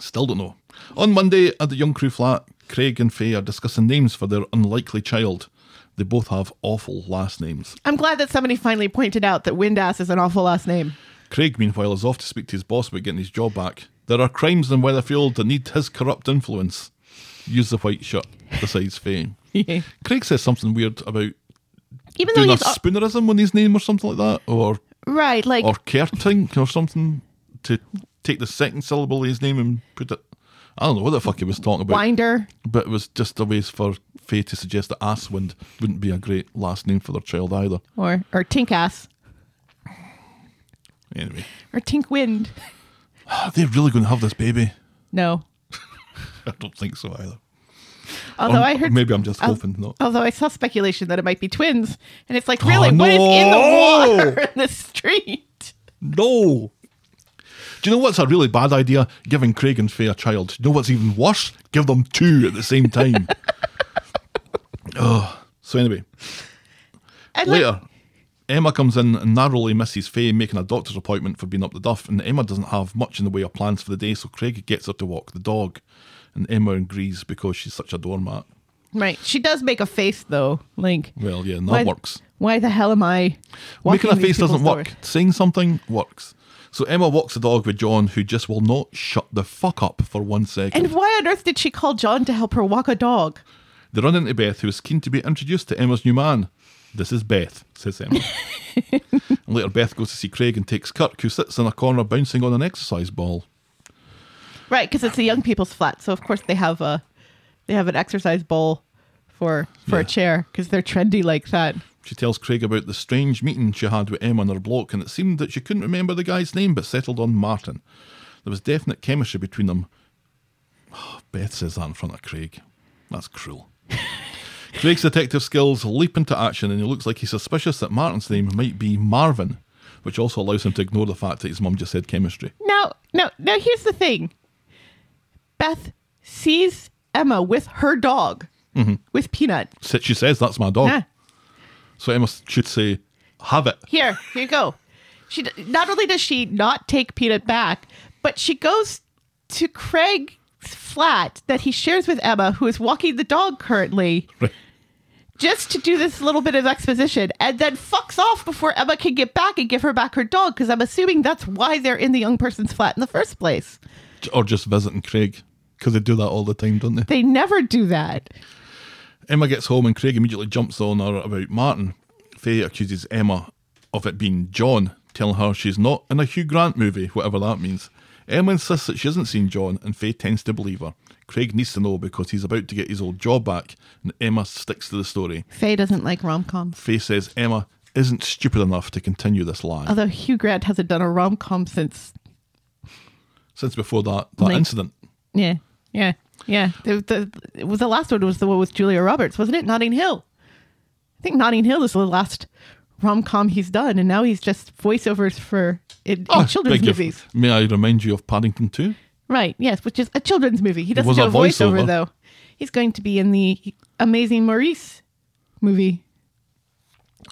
Still don't know. On Monday at the Young Crew flat, Craig and Faye are discussing names for their unlikely child. They both have awful last names. I'm glad that somebody finally pointed out that Windass is an awful last name. Craig, meanwhile, is off to speak to his boss about getting his job back. There are crimes in Weatherfield that need his corrupt influence. Use the white shirt, besides <laughs> Faye. Even Craig says something weird about though doing a he's al- spoonerism on his name or something like that, or right, like or Kerting or something to take the second syllable of his name and put it. I don't know what the fuck he was talking about, Winder. but it was just a ways for Faye to suggest that Asswind wouldn't be a great last name for their child either. or or Tinkass Anyway, <sighs> or Tinkwind. are they really going to have this baby? <laughs> No, I don't think so either. although Or I heard Um, maybe I'm just al- hoping not. Although I saw speculation that it might be twins, and it's like really, Oh, what is in no! the water <laughs> in the street? No. Do you know what's a really bad idea? Giving Craig and Faye a child. Do you know what's even worse? Give them two at the same <laughs> time. oh, so anyway, And like, Later, Emma comes in and narrowly misses Faye making a doctor's appointment for being up the duff, and Emma doesn't have much in the way of plans for the day, so Craig gets her to walk the dog, and Emma agrees because she's such a doormat. right, she does make a face though, Link. Well, yeah, and that Why- works. Why the hell am I? walking Making a these face doesn't people's work. doors? Saying something works. So Emma walks the dog with John, who just will not shut the fuck up for one second. And why on earth did she call John to help her walk a dog? They run into Beth, who is keen to be introduced to Emma's new man. This is Beth, says <laughs> Emma. and later, Beth goes to see Craig and takes Kirk, who sits in a corner bouncing on an exercise ball. Right, because it's a young people's flat, so of course they have a they have an exercise bowl for for a Yeah. chair because they're trendy like that. She tells Craig about the strange meeting she had with Emma on her block, and it seemed that she couldn't remember the guy's name but settled on Martin. There was definite chemistry between them. Oh, Beth says that in front of Craig. That's cruel. <laughs> Craig's detective skills leap into action, and he looks like he's suspicious that Martin's name might be Marvin, which also allows him to ignore the fact that his mum just said chemistry. Now, now, now, here's the thing. Beth sees Emma with her dog, with Peanut. So She says, That's my dog. Yeah. So Emma should say, Have it. Here, here you go. She d- not only does she not take Peanut back, but she goes to Craig's flat that he shares with Emma, who is walking the dog currently, Right. just to do this little bit of exposition, and then fucks off before Emma can get back and give her back her dog. Because I'm assuming that's why they're in the young person's flat in the first place. Or just visiting Craig, because they do that all the time, don't they? They never do that. Emma gets home and Craig immediately jumps on her about Martin. Faye accuses Emma of it being John, telling her she's not in a Hugh Grant movie, whatever that means. Emma insists that she hasn't seen John, and Faye tends to believe her. Craig needs to know because he's about to get his old job back, and Emma sticks to the story. Faye doesn't like rom coms. Faye says Emma isn't stupid enough to continue this lie. Although Hugh Grant hasn't done a rom com since. Since before that, that Like- incident, Yeah, yeah, yeah. The, the, it was the last one was the one with Julia Roberts, wasn't it? Notting Hill. I think Notting Hill is the last rom com he's done, and now he's just voiceovers for in, in Ah, children's beg your- movies. May I remind you of Paddington 2? Right, yes, which is a children's movie. He doesn't was do a a voiceover, voiceover. though. He's going to be in the Amazing Maurice movie.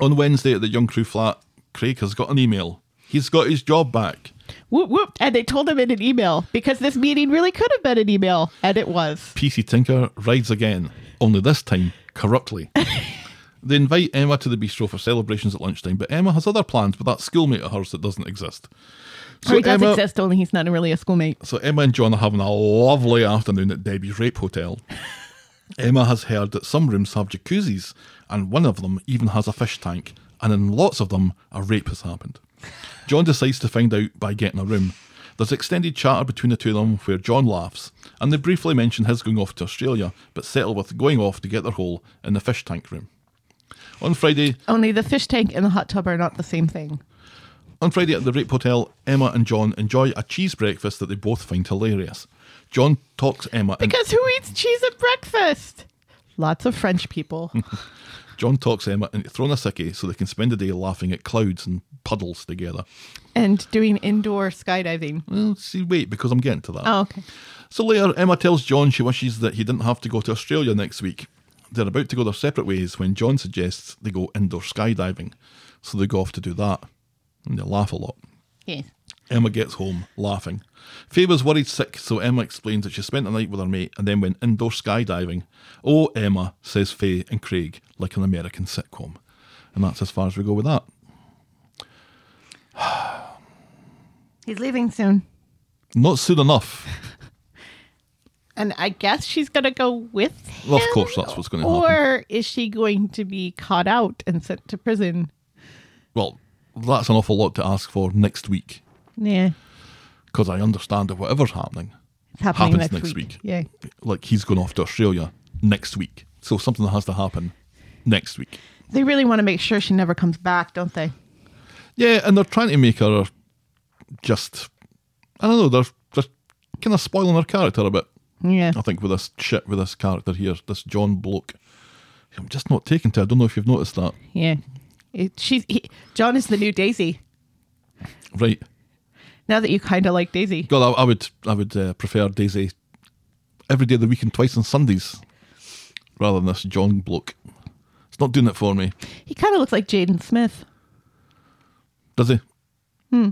On Wednesday at the Young Crew flat, Craig has got an email. He's got his job back. Whoop whoop! And they told him in an email because this meeting really could have been an email, and it was. PC Tinker rides again, only this time corruptly. they invite Emma to the bistro for celebrations at lunchtime, but Emma has other plans with that schoolmate of hers that doesn't exist. So or he does Emma, exist, only he's not really a schoolmate. So Emma and John are having a lovely afternoon at Debbie's Rape Hotel. Emma has heard that some rooms have jacuzzis, and one of them even has a fish tank, and in lots of them, a rape has happened. John decides to find out by getting a room. There's extended chatter between the two of them where John laughs, and they briefly mention his going off to Australia, but settle with going off to get their hole in the fish tank room. On Friday, Only the fish tank and the hot tub are not the same thing. on Friday at the Rape Hotel, Emma and John enjoy a cheese breakfast that they both find hilarious. John talks Emma into Because who eats cheese at breakfast? Lots of French people. John talks Emma into throwing a sickie so they can spend the day laughing at clouds and puddles together. and doing indoor skydiving. Well, see, wait, because I'm getting to that. Oh, okay. So later, Emma tells John she wishes that he didn't have to go to Australia next week. They're about to go their separate ways when John suggests they go indoor skydiving. So they go off to do that. And they laugh a lot. Yes. Emma gets home laughing. Faber's worried sick, so Emma explains that she spent the night with her mate and then went indoor skydiving. Oh, Emma, says Faye and Craig, like an American sitcom. And that's as far as we go with that. He's leaving soon. Not soon enough. And I guess she's going to go with him. Well, of course, that's what's going to happen. Or is she going to be caught out and sent to prison? Well, that's an awful lot to ask for next week, Yeah. because I understand that whatever's happening, It's happening Happens next, next week. week. Yeah. like he's going off to Australia next week. So something that has to happen next week. They really want to make sure she never comes back, don't they? Yeah, and they're trying to make her just I don't know, they're they're kind of spoiling her character a bit. Yeah. I think with this shit with this character here, this John bloke. I'm just not taken to. I don't know if you've noticed that. Yeah. It, she's he, John is the new Daisy. Right. Now that you kind of like Daisy. God, I, I would I would uh, prefer Daisy every day of the week and twice on Sundays rather than this John bloke. It's not doing it for me, He kind of looks like Jaden Smith. does he? Hmm.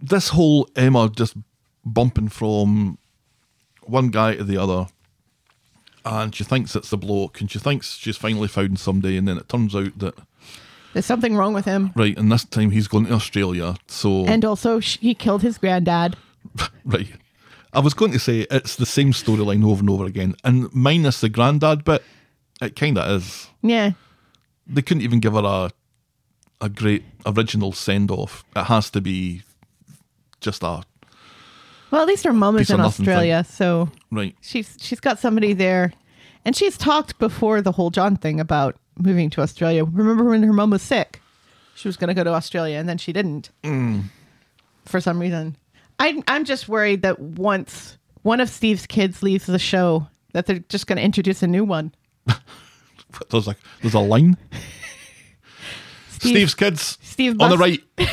This whole Emma just bumping from one guy to the other, and she thinks it's the bloke, and she thinks she's finally found somebody, and then it turns out that There's something wrong with him. right, and this time he's going to Australia, so And also, sh he killed his granddad. Right. I was going to say it's the same storyline over and over again, and minus the granddad bit, it kind of is. Yeah. They couldn't even give her a a great original send off. It has to be just a Well, at least her mom is Piece of in nothing Australia, so right. she's she's got somebody there, and she's talked before the whole John thing about moving to Australia. Remember when her mom was sick? She was going to go to Australia, and then she didn't Mm. for some reason. I, I'm just worried that once one of Steve's kids leaves the show, that they're just going to introduce a new one. There's a there's a line. Steve- Steve's kids Steve on the must- right.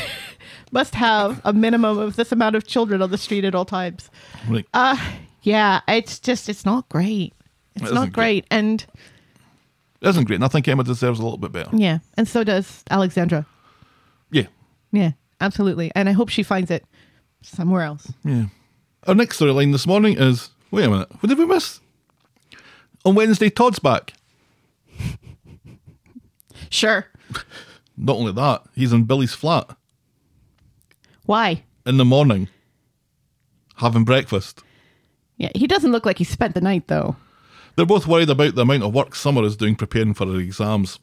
Must have a minimum of this amount of children on the street at all times. Right. Uh, Yeah, it's just it's not great. It It's not isn't great. great, and it isn't great, and I think Emma deserves a little bit better. yeah, and so does Alexandra. Yeah. Yeah, absolutely. And I hope she finds it somewhere else. Yeah. Our next storyline this morning is wait a minute, what did we miss? On Wednesday, Todd's back. Sure. Not only that, he's in Billy's flat. Why? in the morning having breakfast. Yeah, he doesn't look like he spent the night though. They're both worried about the amount of work Summer is doing preparing for her exams.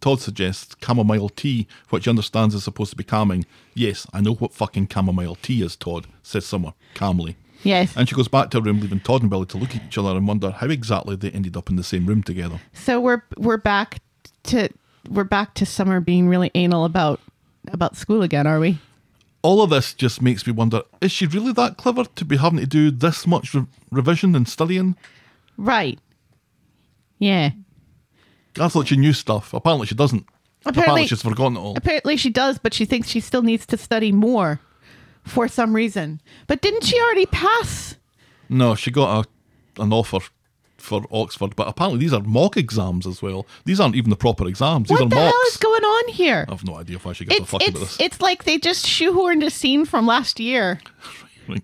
Todd suggests chamomile tea, which he understands is supposed to be calming. Yes, I know what fucking chamomile tea is, Todd, says Summer calmly. Yes. And she goes back to her room, leaving Todd and Billy to look at each other and wonder how exactly they ended up in the same room together. So we're we're back to we're back to summer being really anal about about school again, are we? All of this just makes me wonder is she really that clever to be having to do this much re- revision and studying? Right. Yeah. I thought she knew stuff. Apparently, she doesn't. Apparently- she's forgotten it all. Apparently she does, but she thinks she still needs to study more for some reason. But didn't she already pass? No, she got a, an offer for Oxford, but apparently these are mock exams as well. These aren't even the proper exams. These what are the hell mocks. Oh, is going on here? I've no idea why she gives a It's fuck about it's this. it's like they just shoehorned a scene from last year. Right.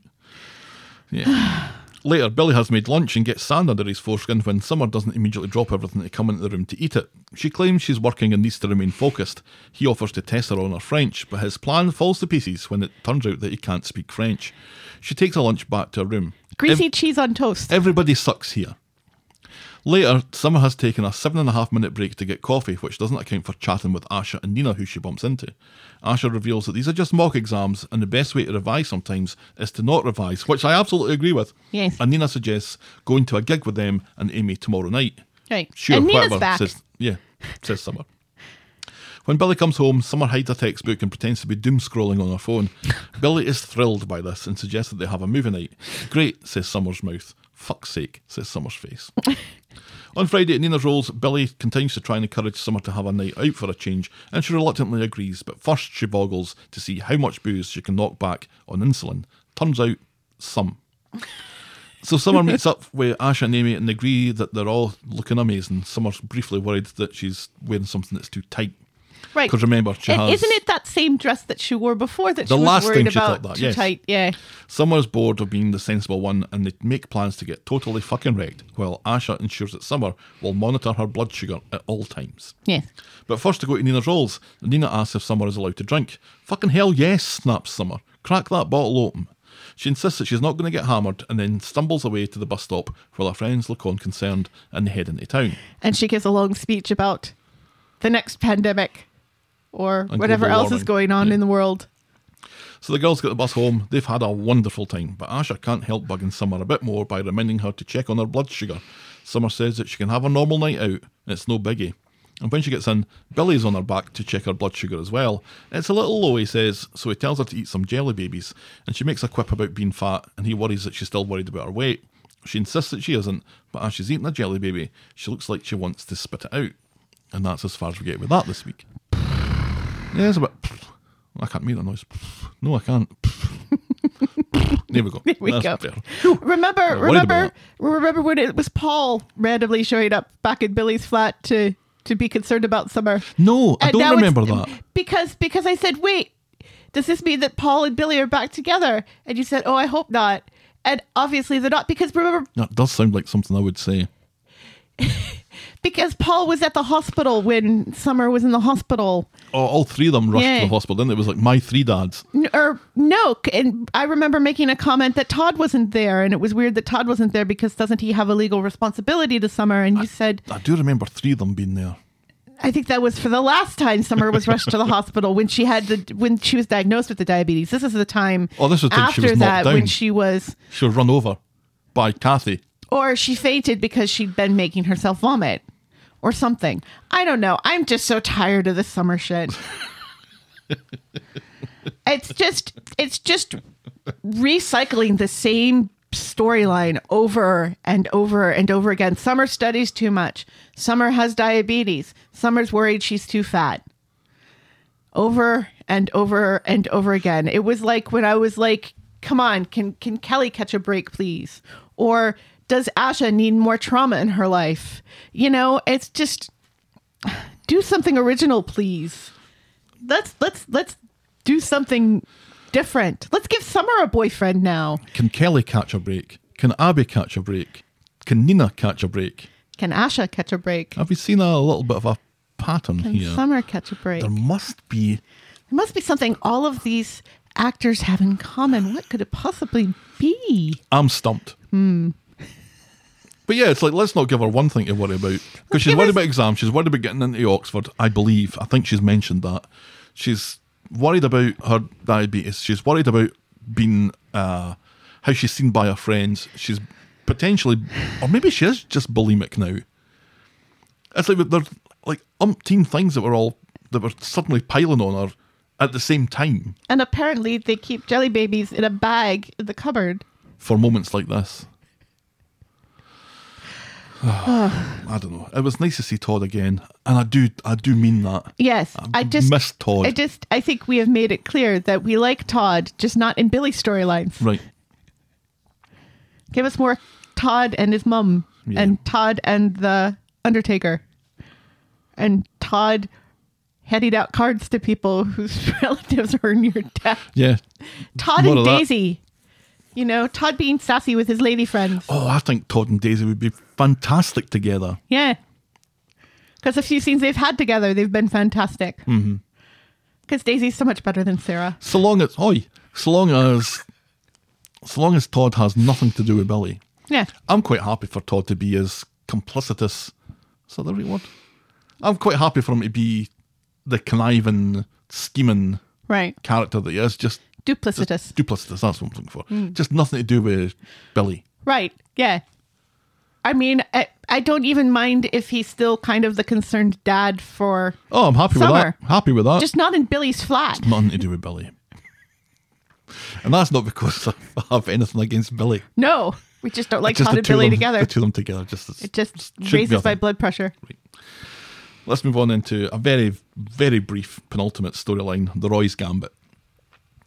Yeah. Later, Billy has made lunch and gets sand under his foreskin when Summer doesn't immediately drop everything to come into the room to eat it. She claims she's working and needs to remain focused. He offers to test her on her French, but his plan falls to pieces when it turns out that he can't speak French. She takes her lunch back to her room. Greasy Ev- cheese on toast. Everybody sucks here. Later, Summer has taken a seven and a half minute break to get coffee, which doesn't account for chatting with Asha and Nina, who she bumps into. Asha reveals that these are just mock exams, and the best way to revise sometimes is to not revise, which I absolutely agree with. Yes. And Nina suggests going to a gig with them and Amy tomorrow night. Right. Sure, and Nina's whatever. back. Says, yeah, says Summer. When Billy comes home, Summer hides a textbook and pretends to be doom scrolling on her phone. Billy is thrilled by this and suggests that <laughs> they have a movie night. Great, says Summer's mouth. Fuck's sake, says Summer's face. On Friday at Nina's Rolls, Billy continues to try and encourage Summer to have a night out for a change, and she reluctantly agrees, but first she boggles to see how much booze she can knock back on insulin. Turns out, some. So Summer meets up with Asha and Amy and agree that they're all looking amazing. Summer's briefly worried that she's wearing something that's too tight. Right. Because remember, she and has- isn't it that same dress that she wore before that The she last was worried thing she thought about that, too yes. tight? Yeah. Summer's bored of being the sensible one and they make plans to get totally fucking wrecked, while Asha ensures that Summer will monitor her blood sugar at all times. Yes. But first to go to Nina's Rolls, Nina asks if Summer is allowed to drink. Fucking hell yes, snaps Summer. Crack that bottle open. She insists that she's not going to get hammered and then stumbles away to the bus stop while her friends look on concerned and head into town. And she gives a long speech about the next pandemic or And whatever global else is warming. going on Yeah. in the world. <laughs> So the girls get the bus home. They've had a wonderful time, but Asha can't help bugging Summer a bit more by reminding her to check on her blood sugar. Summer says that she can have a normal night out, and it's no biggie. And when she gets in, Billy's on her back to check her blood sugar as well. It's a little low, he says, so he tells her to eat some jelly babies, and she makes a quip about being fat, and he worries that she's still worried about her weight. She insists that she isn't, but as she's eating a jelly baby, she looks like she wants to spit it out. And that's as far as we get with that this week. Yeah, it's about. I can't make that noise. No, I can't. <laughs> there <laughs> we go. There we go. Better. Remember, worried remember, about remember when it was Paul randomly showing up back at Billy's flat to to be concerned about summer. No, I don't now it's- remember that. because because I said, wait, does this mean that Paul and Billy are back together? And you said, oh, I hope not. And obviously they're not because remember That does sound like something I would say. because Paul was at the hospital when Summer was in the hospital. Oh, all three of them rushed Yeah. to the hospital, didn't they? It was like my three dads. N- or no c- and i remember making a comment that todd wasn't there and it was weird that todd wasn't there because doesn't he have a legal responsibility to summer and you said I do remember three of them being there. i think that was for the last time summer was rushed <laughs> to the hospital when she had the when she was diagnosed with the diabetes this is the time Oh, this was the time she after was knocked that down. when she was She was run over by Kathy. or she fainted because she'd been making herself vomit or something i don't know i'm just so tired of this summer shit it's just it's just recycling the same storyline over and over and over again summer studies too much summer has diabetes summer's worried she's too fat over and over and over again it was like when i was like come on can can kelly catch a break please or does asha need more trauma in her life you know it's just <sighs> do something original please let's let's let's do something different. Let's give Summer a boyfriend now. Can Kelly catch a break? Can Abby catch a break? Can Nina catch a break? Can Asha catch a break? Have we seen a little bit of a pattern Can here? Summer catch a break? There There must be. must be something all of these actors have in common. What could it possibly be? I'm stumped. Hmm. But yeah, it's like let's not give her one thing to worry about because she's give worried us- about exams. She's worried about getting into Oxford. I believe. I think she's mentioned that. She's worried about her diabetes. She's worried about being uh, how she's seen by her friends. She's potentially, or maybe she is just bulimic now. It's like there's like umpteen things that were all that were suddenly piling on her at the same time And apparently, they keep jelly babies in a bag in the cupboard. for moments like this. <sighs> I don't know. It was nice to see Todd again, and I do, I do mean that. Yes, I I just missed Todd. I just I think we have made it clear that we like Todd, just not in Billy's storylines. Right? Give us more Todd and his mum, Yeah. and Todd and the Undertaker, and Todd handing out cards to people whose <laughs> relatives are near death. Yeah. Todd More and of that. Daisy, you know, Todd being sassy with his lady friends. Oh, I think Todd and Daisy would be fantastic together. Yeah, because the few scenes they've had together, they've been fantastic. Because Mm-hmm. Daisy's so much better than Sarah. So long as, oi, so long as, so long as Todd has nothing to do with Billy, Yeah, I'm quite happy for Todd to be as complicitous. Is that the right word? I'm quite happy for him to be the conniving, scheming right. character that he is. Just Duplicitous. Duplicitous, that's what I'm looking for. Hmm. Just nothing to do with Billy. Right. Yeah. I mean, I, I don't even mind if he's still kind of the concerned dad for Oh, I'm happy Summer. with that. Happy with that. just not in Billy's flat. nothing to do with Billy. And that's not because I have anything against Billy. No. We just don't like just Todd the and two of Billy them- together. The two of them together. Just It just should be raises a my thing. blood pressure. Let's move on into a very, very brief penultimate storyline: the Roy's Gambit.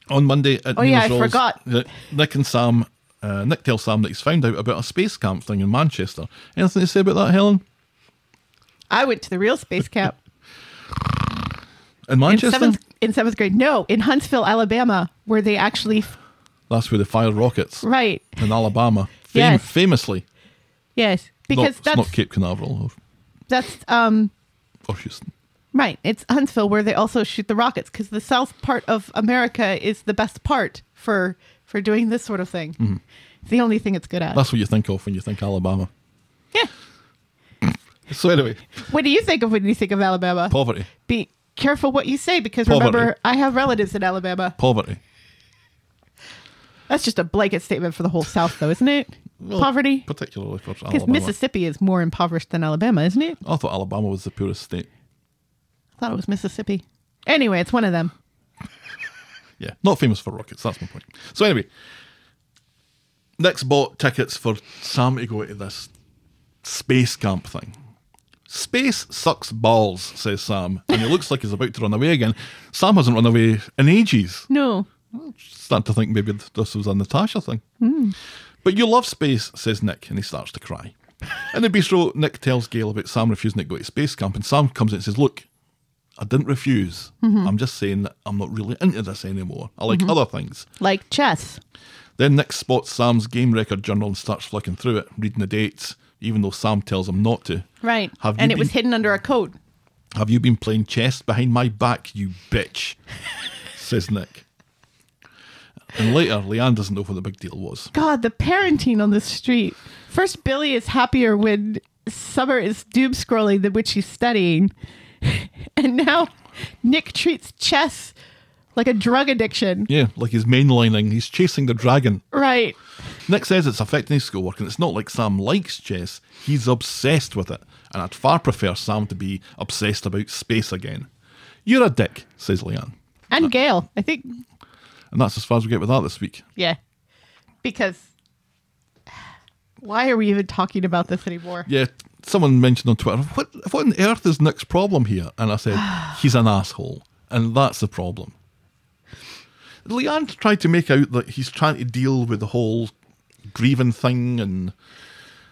On Monday at Oh, yeah, Neil's I Rolls, forgot. uh, Nick and Sam, uh, Nick tells Sam that he's found out about a space camp thing in Manchester. Anything to say about that, Helen? I went to the real space uh, camp In in Manchester, seventh in seventh grade. No, in Huntsville, Alabama, where they actually that's where they fired rockets right. in Alabama, fam- Yes. famously. Yes, Not- because it's that's not Cape Canaveral or, that's um or Houston. right. It's Huntsville where they also shoot the rockets because the south part of America is the best part for for doing this sort of thing. Mm-hmm. It's the only thing it's good at. That's what you think of when you think Alabama. yeah. So anyway, What do you think of when you think of Alabama? poverty, Be careful what you say because Poverty. remember, I have relatives in Alabama. poverty. That's just a blanket statement for the whole South, though, isn't it? Well, Poverty. particularly for Alabama. Because Mississippi is more impoverished than Alabama, isn't it? I thought Alabama was the poorest state. I thought it was Mississippi. Anyway, it's one of them. Yeah, not famous for rockets. That's my point. So anyway, Nick's bought tickets for Sam to go to this space camp thing. Space sucks balls, says Sam, and he looks like he's about to run away again. Sam hasn't run away in ages. No. Start to think maybe this was a Natasha thing. Hmm. But you love space, says Nick, and he starts to cry. In the bistro, Nick tells Gail about Sam refusing to go to space camp, and Sam comes in and says, Look, I didn't refuse. Mm-hmm. I'm just saying that I'm not really into this anymore. I like other things. Like chess. Then Nick spots Sam's game record journal and starts flicking through it, reading the dates, even though Sam tells him not to. Right. Have and you it was been- hidden under a coat. Have you been playing chess behind my back, you <laughs> bitch? says Nick. And later, Leanne doesn't know what the big deal was. God, the parenting on the street. First, Billy is happier when Summer is doom scrolling than which she's studying. <laughs> and now Nick treats chess like a drug addiction. Yeah, like he's mainlining, he's chasing the dragon. Right. Nick says it's affecting his schoolwork, and it's not like Sam likes chess, he's obsessed with it. And I'd far prefer Sam to be obsessed about space again. You're a dick, says Leanne. And Gail, I think. And that's as far as we get with that this week. Yeah. Because why are we even talking about this anymore? Yeah, someone mentioned on Twitter, what, what on earth is Nick's problem here? And I said, <sighs> he's an asshole. And that's the problem. Leanne tried to make out that he's trying to deal with the whole grieving thing and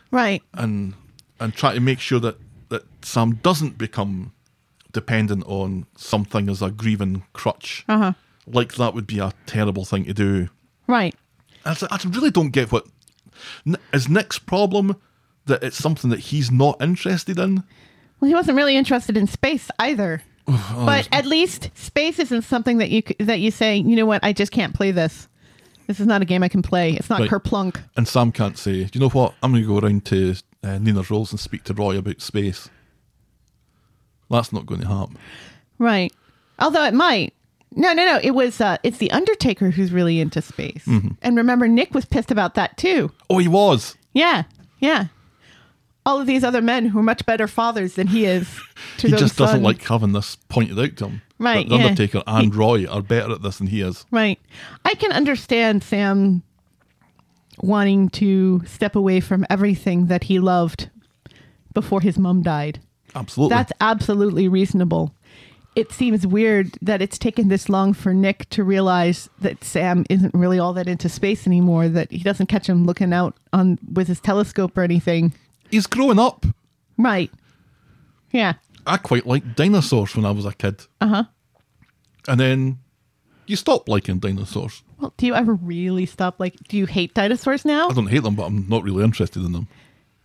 Right. and and try to make sure that that Sam doesn't become dependent on something as a grieving crutch. Uh-huh. Like that would be a terrible thing to do. Right. I, s- I really don't get what N- is Nick's problem that it's something that he's not interested in. Well, he wasn't really interested in space <sighs> either. Oh, but at least space isn't something that you c- that you say, you know what, I just can't play this. This is not a game I can play. It's not Right. kerplunk. And Sam can't say, you know what? I'm going to go around to uh, Nina Rolls and speak to Roy about space. That's not going to happen. Right. Although it might. No, no, no. It was uh it's the Undertaker who's really into space. Mm-hmm. And remember Nick was pissed about that too. Oh, he was. Yeah. Yeah. All of these other men who are much better fathers than he is <laughs> to he those just doesn't sons. like having this pointed out to him. oh Right, That The yeah. Undertaker and Roy are better at this than he is. Right. I can understand Sam wanting to step away from everything that he loved before his mom died. Absolutely. That's absolutely reasonable. It seems weird that it's taken this long for Nick to realize that Sam isn't really all that into space anymore, that he doesn't catch him looking out on with his telescope or anything. He's growing up. Right. Yeah. I quite liked dinosaurs when I was a kid. Uh huh. And then you stop liking dinosaurs. Well, do you ever really stop like do you hate dinosaurs now? I don't hate them, but I'm not really interested in them.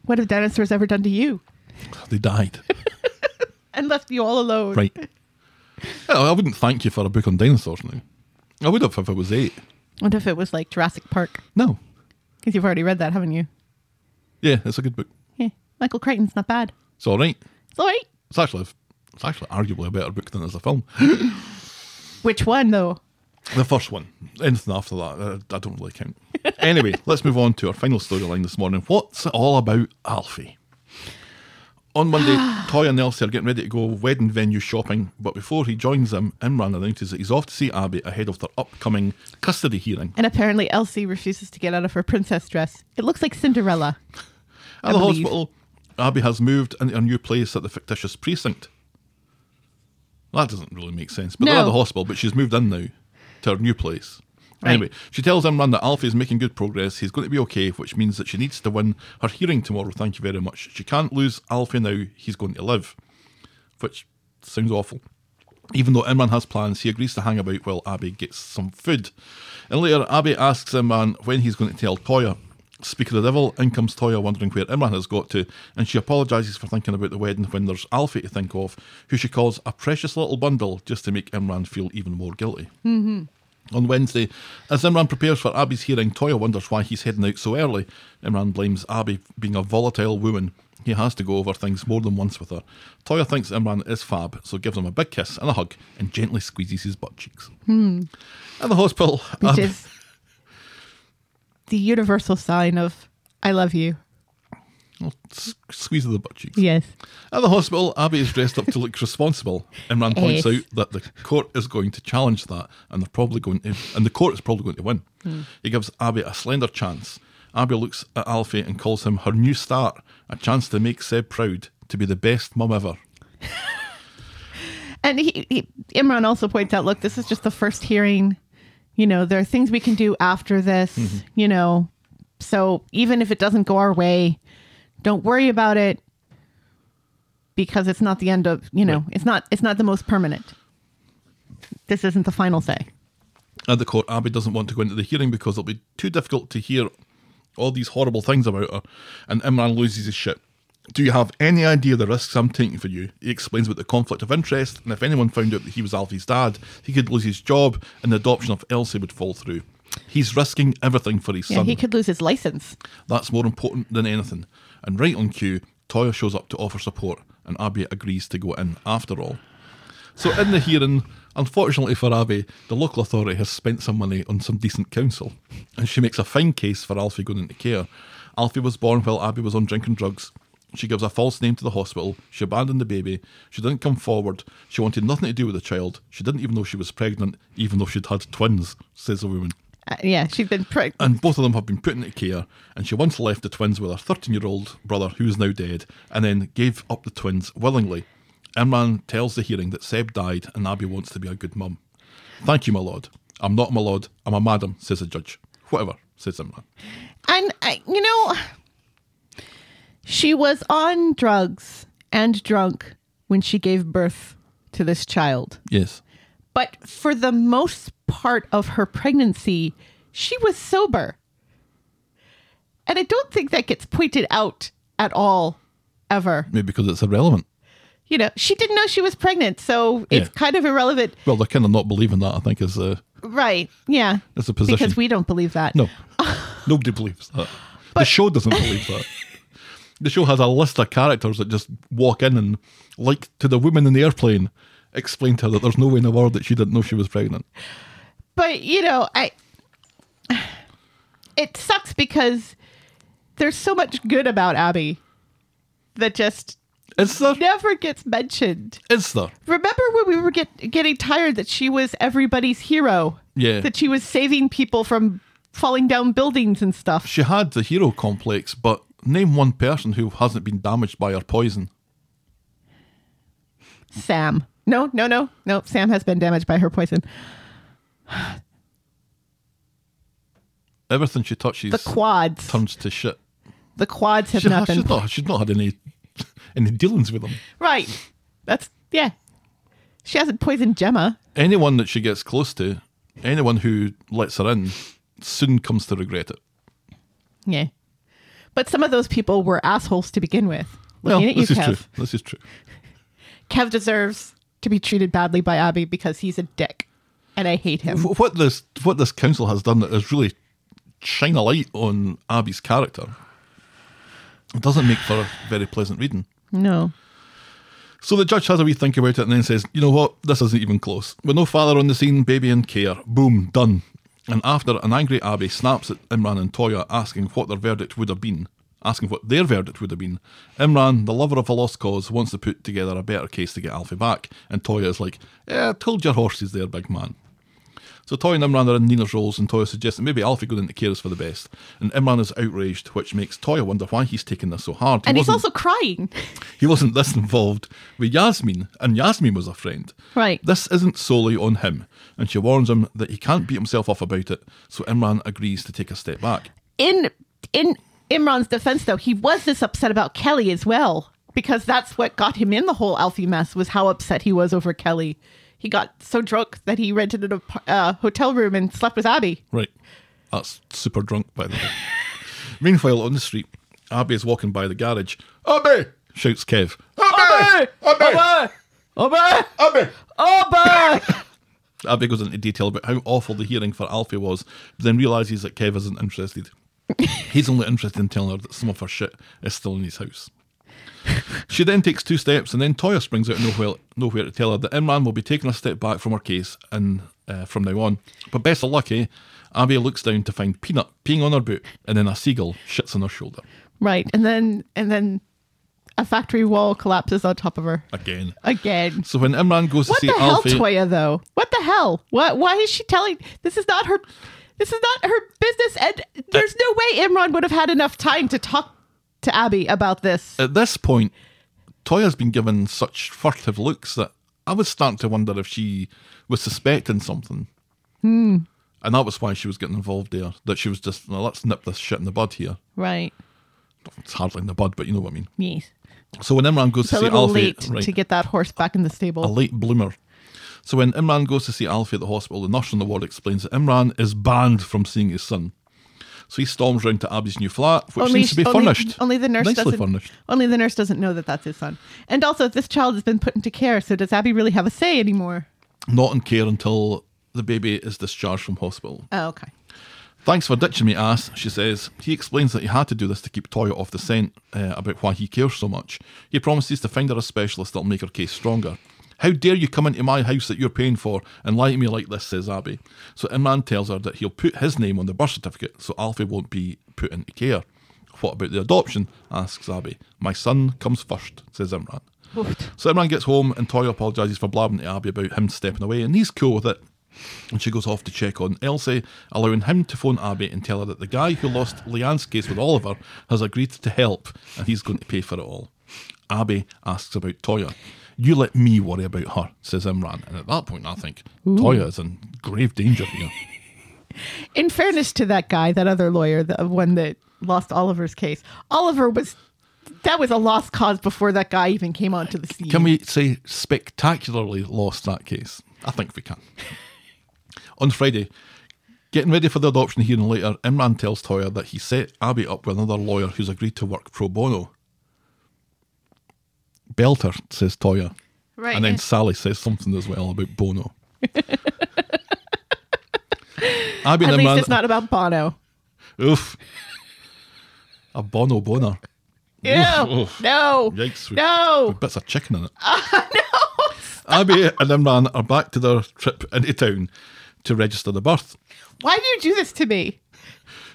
What have dinosaurs ever done to you? They died. And left you all alone. right. Well, I wouldn't thank you for a book on dinosaurs now. I would have if I was eight. What if it was like Jurassic Park? No. Because you've already read that, haven't you? Yeah, it's a good book. Yeah. Michael Crichton's not bad. It's all right. It's all right. It's actually, it's actually arguably a better book than as a film. Which one, though? The first one. Anything after that, uh, I, I don't really count. <laughs> Anyway, let's move on to our final storyline this morning. What's it all about, Alfie? On Monday, Toy and Elsie are getting ready to go wedding venue shopping, but before he joins them, Imran announces that he's off to see Abby ahead of their upcoming custody hearing. And apparently, Elsie refuses to get out of her princess dress. It looks like Cinderella. At the believe. hospital, Abby has moved into a new place at the fictitious precinct. That doesn't really make sense. But they're at No. the hospital, but she's moved in now to her new place. Right. Anyway, she tells Imran that Alfie is making good progress. He's going to be okay, which means that she needs to win her hearing tomorrow. Thank you very much. She can't lose Alfie now. He's going to live, which sounds awful. Even though Imran has plans, he agrees to hang about while Abby gets some food. And later, Abby asks Imran when he's going to tell Toya. Speak of the devil, in comes Toya wondering where Imran has got to, and she apologises for thinking about the wedding when there's Alfie to think of, who she calls a precious little bundle just to make Imran feel even more guilty. On Wednesday, as Imran prepares for Abby's hearing, Toya wonders why he's heading out so early. Imran blames Abby being a volatile woman. He has to go over things more than once with her. Toya thinks Imran is fab, so gives him a big kiss and a hug and gently squeezes his butt cheeks. At the hospital, which Abby- is the universal sign of I love you. Oh, s- squeeze of the butt cheeks. Yes. At the hospital, Abby is dressed up to look responsible. Imran points Yes. out that the court is going to challenge that, and they're probably going to, and the court is probably going to win. He gives Abby a slender chance. Abby looks at Alfie and calls him her new start, a chance to make Seb proud, to be the best mum ever. And he, he, Imran also points out, look, this is just the first hearing. You know, there are things we can do after this, you know. So even if it doesn't go our way, don't worry about it because it's not the end of, you know, it's not it's not the most permanent. This isn't the final say. At the court, Abby doesn't want to go into the hearing because it'll be too difficult to hear all these horrible things about her, and Imran loses his shit. Do you have any idea the risks I'm taking for you? He explains about the conflict of interest, and if anyone found out that he was Alfie's dad, he could lose his job and the adoption of Elsie would fall through. He's risking everything for his Yeah, son. he could lose his license. That's more important than anything. And right on cue, Toya shows up to offer support, and Abby agrees to go in after all. So in the hearing, unfortunately for Abby, the local authority has spent some money on some decent counsel, and she makes a fine case for Alfie going into care. Alfie was born while Abby was on drinking drugs. She gives a false name to the hospital. She abandoned the baby. She didn't come forward. She wanted nothing to do with the child. She didn't even know she was pregnant, even though she'd had twins, says the woman Uh, yeah, she'd been pre- and both of them have been put into care. And she once left the twins with her 13 year old brother, who is now dead, and then gave up the twins willingly. Imran tells the hearing that Seb died and Abby wants to be a good mum. Thank you, my lord. I'm not my lord, I'm a madam, says the judge. Whatever, says Imran. And I, you know, she was on drugs and drunk when she gave birth to this child. Yes. But for the most part of her pregnancy, she was sober. And I don't think that gets pointed out at all ever. Maybe because it's irrelevant. You know, she didn't know she was pregnant, so it's Yeah. kind of irrelevant. Well, they're kind of not believing that, I think, is uh, Right. Yeah. That's a position. Because we don't believe that. <laughs> No, nobody believes that. the show doesn't believe that. The show has a list of characters that just walk in and, like to the woman in the airplane, explain to her that there's no way in the world that she didn't know she was pregnant. but you know i <sighs> it sucks because there's so much good about abby that just Is there? never gets mentioned Is there? remember when we were get, getting tired that she was everybody's hero Yeah. that she was saving people from falling down buildings and stuff She had the hero complex, but name one person who hasn't been damaged by her poison. sam no no no no sam has been damaged by her poison Everything she touches the quads turns to shit. the quads have She, not been she's, not, she's not had any <laughs> any dealings with them. right that's yeah she hasn't poisoned gemma Anyone that she gets close to, anyone who lets her in, soon comes to regret it. Yeah. But some of those people were assholes to begin with. Looking at you, this is Kev. true. This is true. Kev deserves to be treated badly by Abby because he's a dick. And I hate him. Wh- What this what this council has done is really shine a light on Abby's character. It doesn't make for very pleasant reading. No. So the judge has a wee think about it and then says, you know what, this isn't even close. With no father on the scene, baby in care. Boom, done. And after, an angry Abby snaps at Imran and Toya asking what their verdict would have been. asking what their verdict would have been. Imran, the lover of a lost cause, wants to put together a better case to get Alfie back, and Toya is like, eh, told your horses there, big man. So Toya and Imran are in Nina's roles, and Toya suggests that maybe Alfie going into care is for the best. And Imran is outraged, which makes Toya wonder why he's taking this so hard. He And he's wasn't- also crying. he wasn't this involved with Yasmin, and Yasmin was a friend. Right. This isn't solely on him, and she warns him that he can't beat himself off about it, so Imran agrees to take a step back. In in Imran's defense, though, he was this upset about Kelly as well because that's what got him in the whole Alfie mess was how upset he was over Kelly. He got so drunk that he rented a uh, hotel room and slept with Abby. Right. That's super drunk, by the way. <laughs> Meanwhile, on the street, Abby is walking by the garage. Abby! shouts Kev. Abby! Abby! Oba! Abby! Oba! Abby goes into detail about how awful the hearing for Alfie was, but then realises that Kev isn't <laughs> interested. He's only interested in telling her that some of her shit is still in his house. She then takes two steps, and then Toya springs out of nowhere, nowhere to tell her that Imran will be taking a step back from her case and uh, from now on. But best of luck, eh? Abby looks down to find Peanut peeing on her boot, and then a seagull shits on her shoulder. right, and then and then a factory wall collapses on top of her Again. again. So when Imran goes What to the see hell, Alfie. Toya? Though, what the hell? What? Why is she telling? This is not her. This is not her business. And there's no way Imran would have had enough time to talk to Abby about this. at this point, Toya's been given such furtive looks that I was starting to wonder if she was suspecting something. Hmm. And that was why she was getting involved there. That she was just, "Now, let's nip this shit in the bud here. Right. It's hardly in the bud, but you know what I mean. Yes. So when Imran goes It's a to see little Alfie, late to get that horse back in the a stable. late bloomer. So when Imran goes to see Alfie at the hospital, the nurse on the ward explains that Imran is banned from seeing his son. So he storms round to Abby's new flat, which seems to be only- furnished. Only the nurse nicely doesn't. furnished. Only the nurse doesn't know that that's his son. And also, this child has been put into care. So does Abby really have a say anymore? not in care until the baby is discharged from hospital. Oh, okay. Thanks for ditching me, ass, she says. He explains that he had to do this to keep Toya off the scent uh, about why he cares so much. He promises to find her a specialist that'll make her case stronger. How dare you come into my house that you're paying for and lie to me like this, says Abby. So Imran tells her that he'll put his name on the birth certificate so Alfie won't be put into care. What about the adoption? asks Abby. My son comes first, says Imran. So Imran gets home and Toya apologises for blabbing to Abby about him stepping away, and he's cool with it. And she goes off to check on Elsie, allowing him to phone Abby and tell her that the guy who lost Leanne's case with Oliver has agreed to help and he's going to pay for it all. Abby asks about Toya. You let me worry about her, says Imran. And at that point, I think Toya is in grave danger here. in fairness to that guy, that other lawyer, the uh, one that lost Oliver's case, Oliver was that was a lost cause before that guy even came onto the scene. Can we say spectacularly lost that case? I think we can. <laughs> On Friday, getting ready for the adoption hearing later, Imran tells Toya that he set Abby up with another lawyer who's agreed to work pro bono. Belter, says Toya. Right. And then Sally says something as well about <laughs> Bono. Abby At and least Imran. it's not about Bono. oof. A Bono boner. <laughs> Ew, Oof. no, Yikes. with- no. With bits of chicken in it. Abby and Imran are back to their trip into town to register the birth. Why do you do this to me?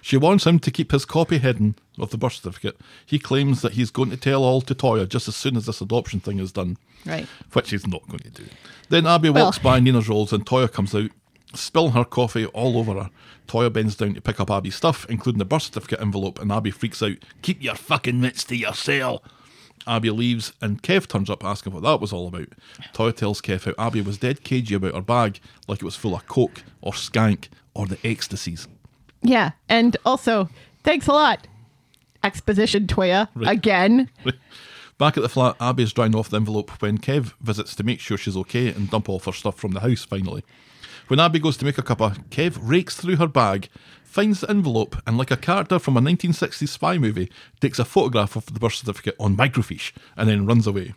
She warns him to keep his copy hidden of the birth certificate. He claims that he's going to tell all to Toya just as soon as this adoption thing is done. Right. Which he's not going to do. Then Abby Well- walks by Nina's rolls and Toya comes out, spilling her coffee all over her. Toya bends down to pick up Abby's stuff, including the birth certificate envelope, and Abby freaks out. Keep your fucking mitts to yourself. Abby leaves and Kev turns up asking what that was all about. Toya tells Kev how Abby was dead cagey about her bag, like it was full of coke or skank or the ecstasies. Yeah, and also thanks a lot, exposition Toya Right. again. <laughs> Back at the flat, Abby's drying off the envelope when Kev visits to make sure she's okay and dump off her stuff from the house finally. When Abby goes to make a cuppa, Kev rakes through her bag, finds the envelope, and like a character from a 1960s spy movie, takes a photograph of the birth certificate on microfiche and then runs away.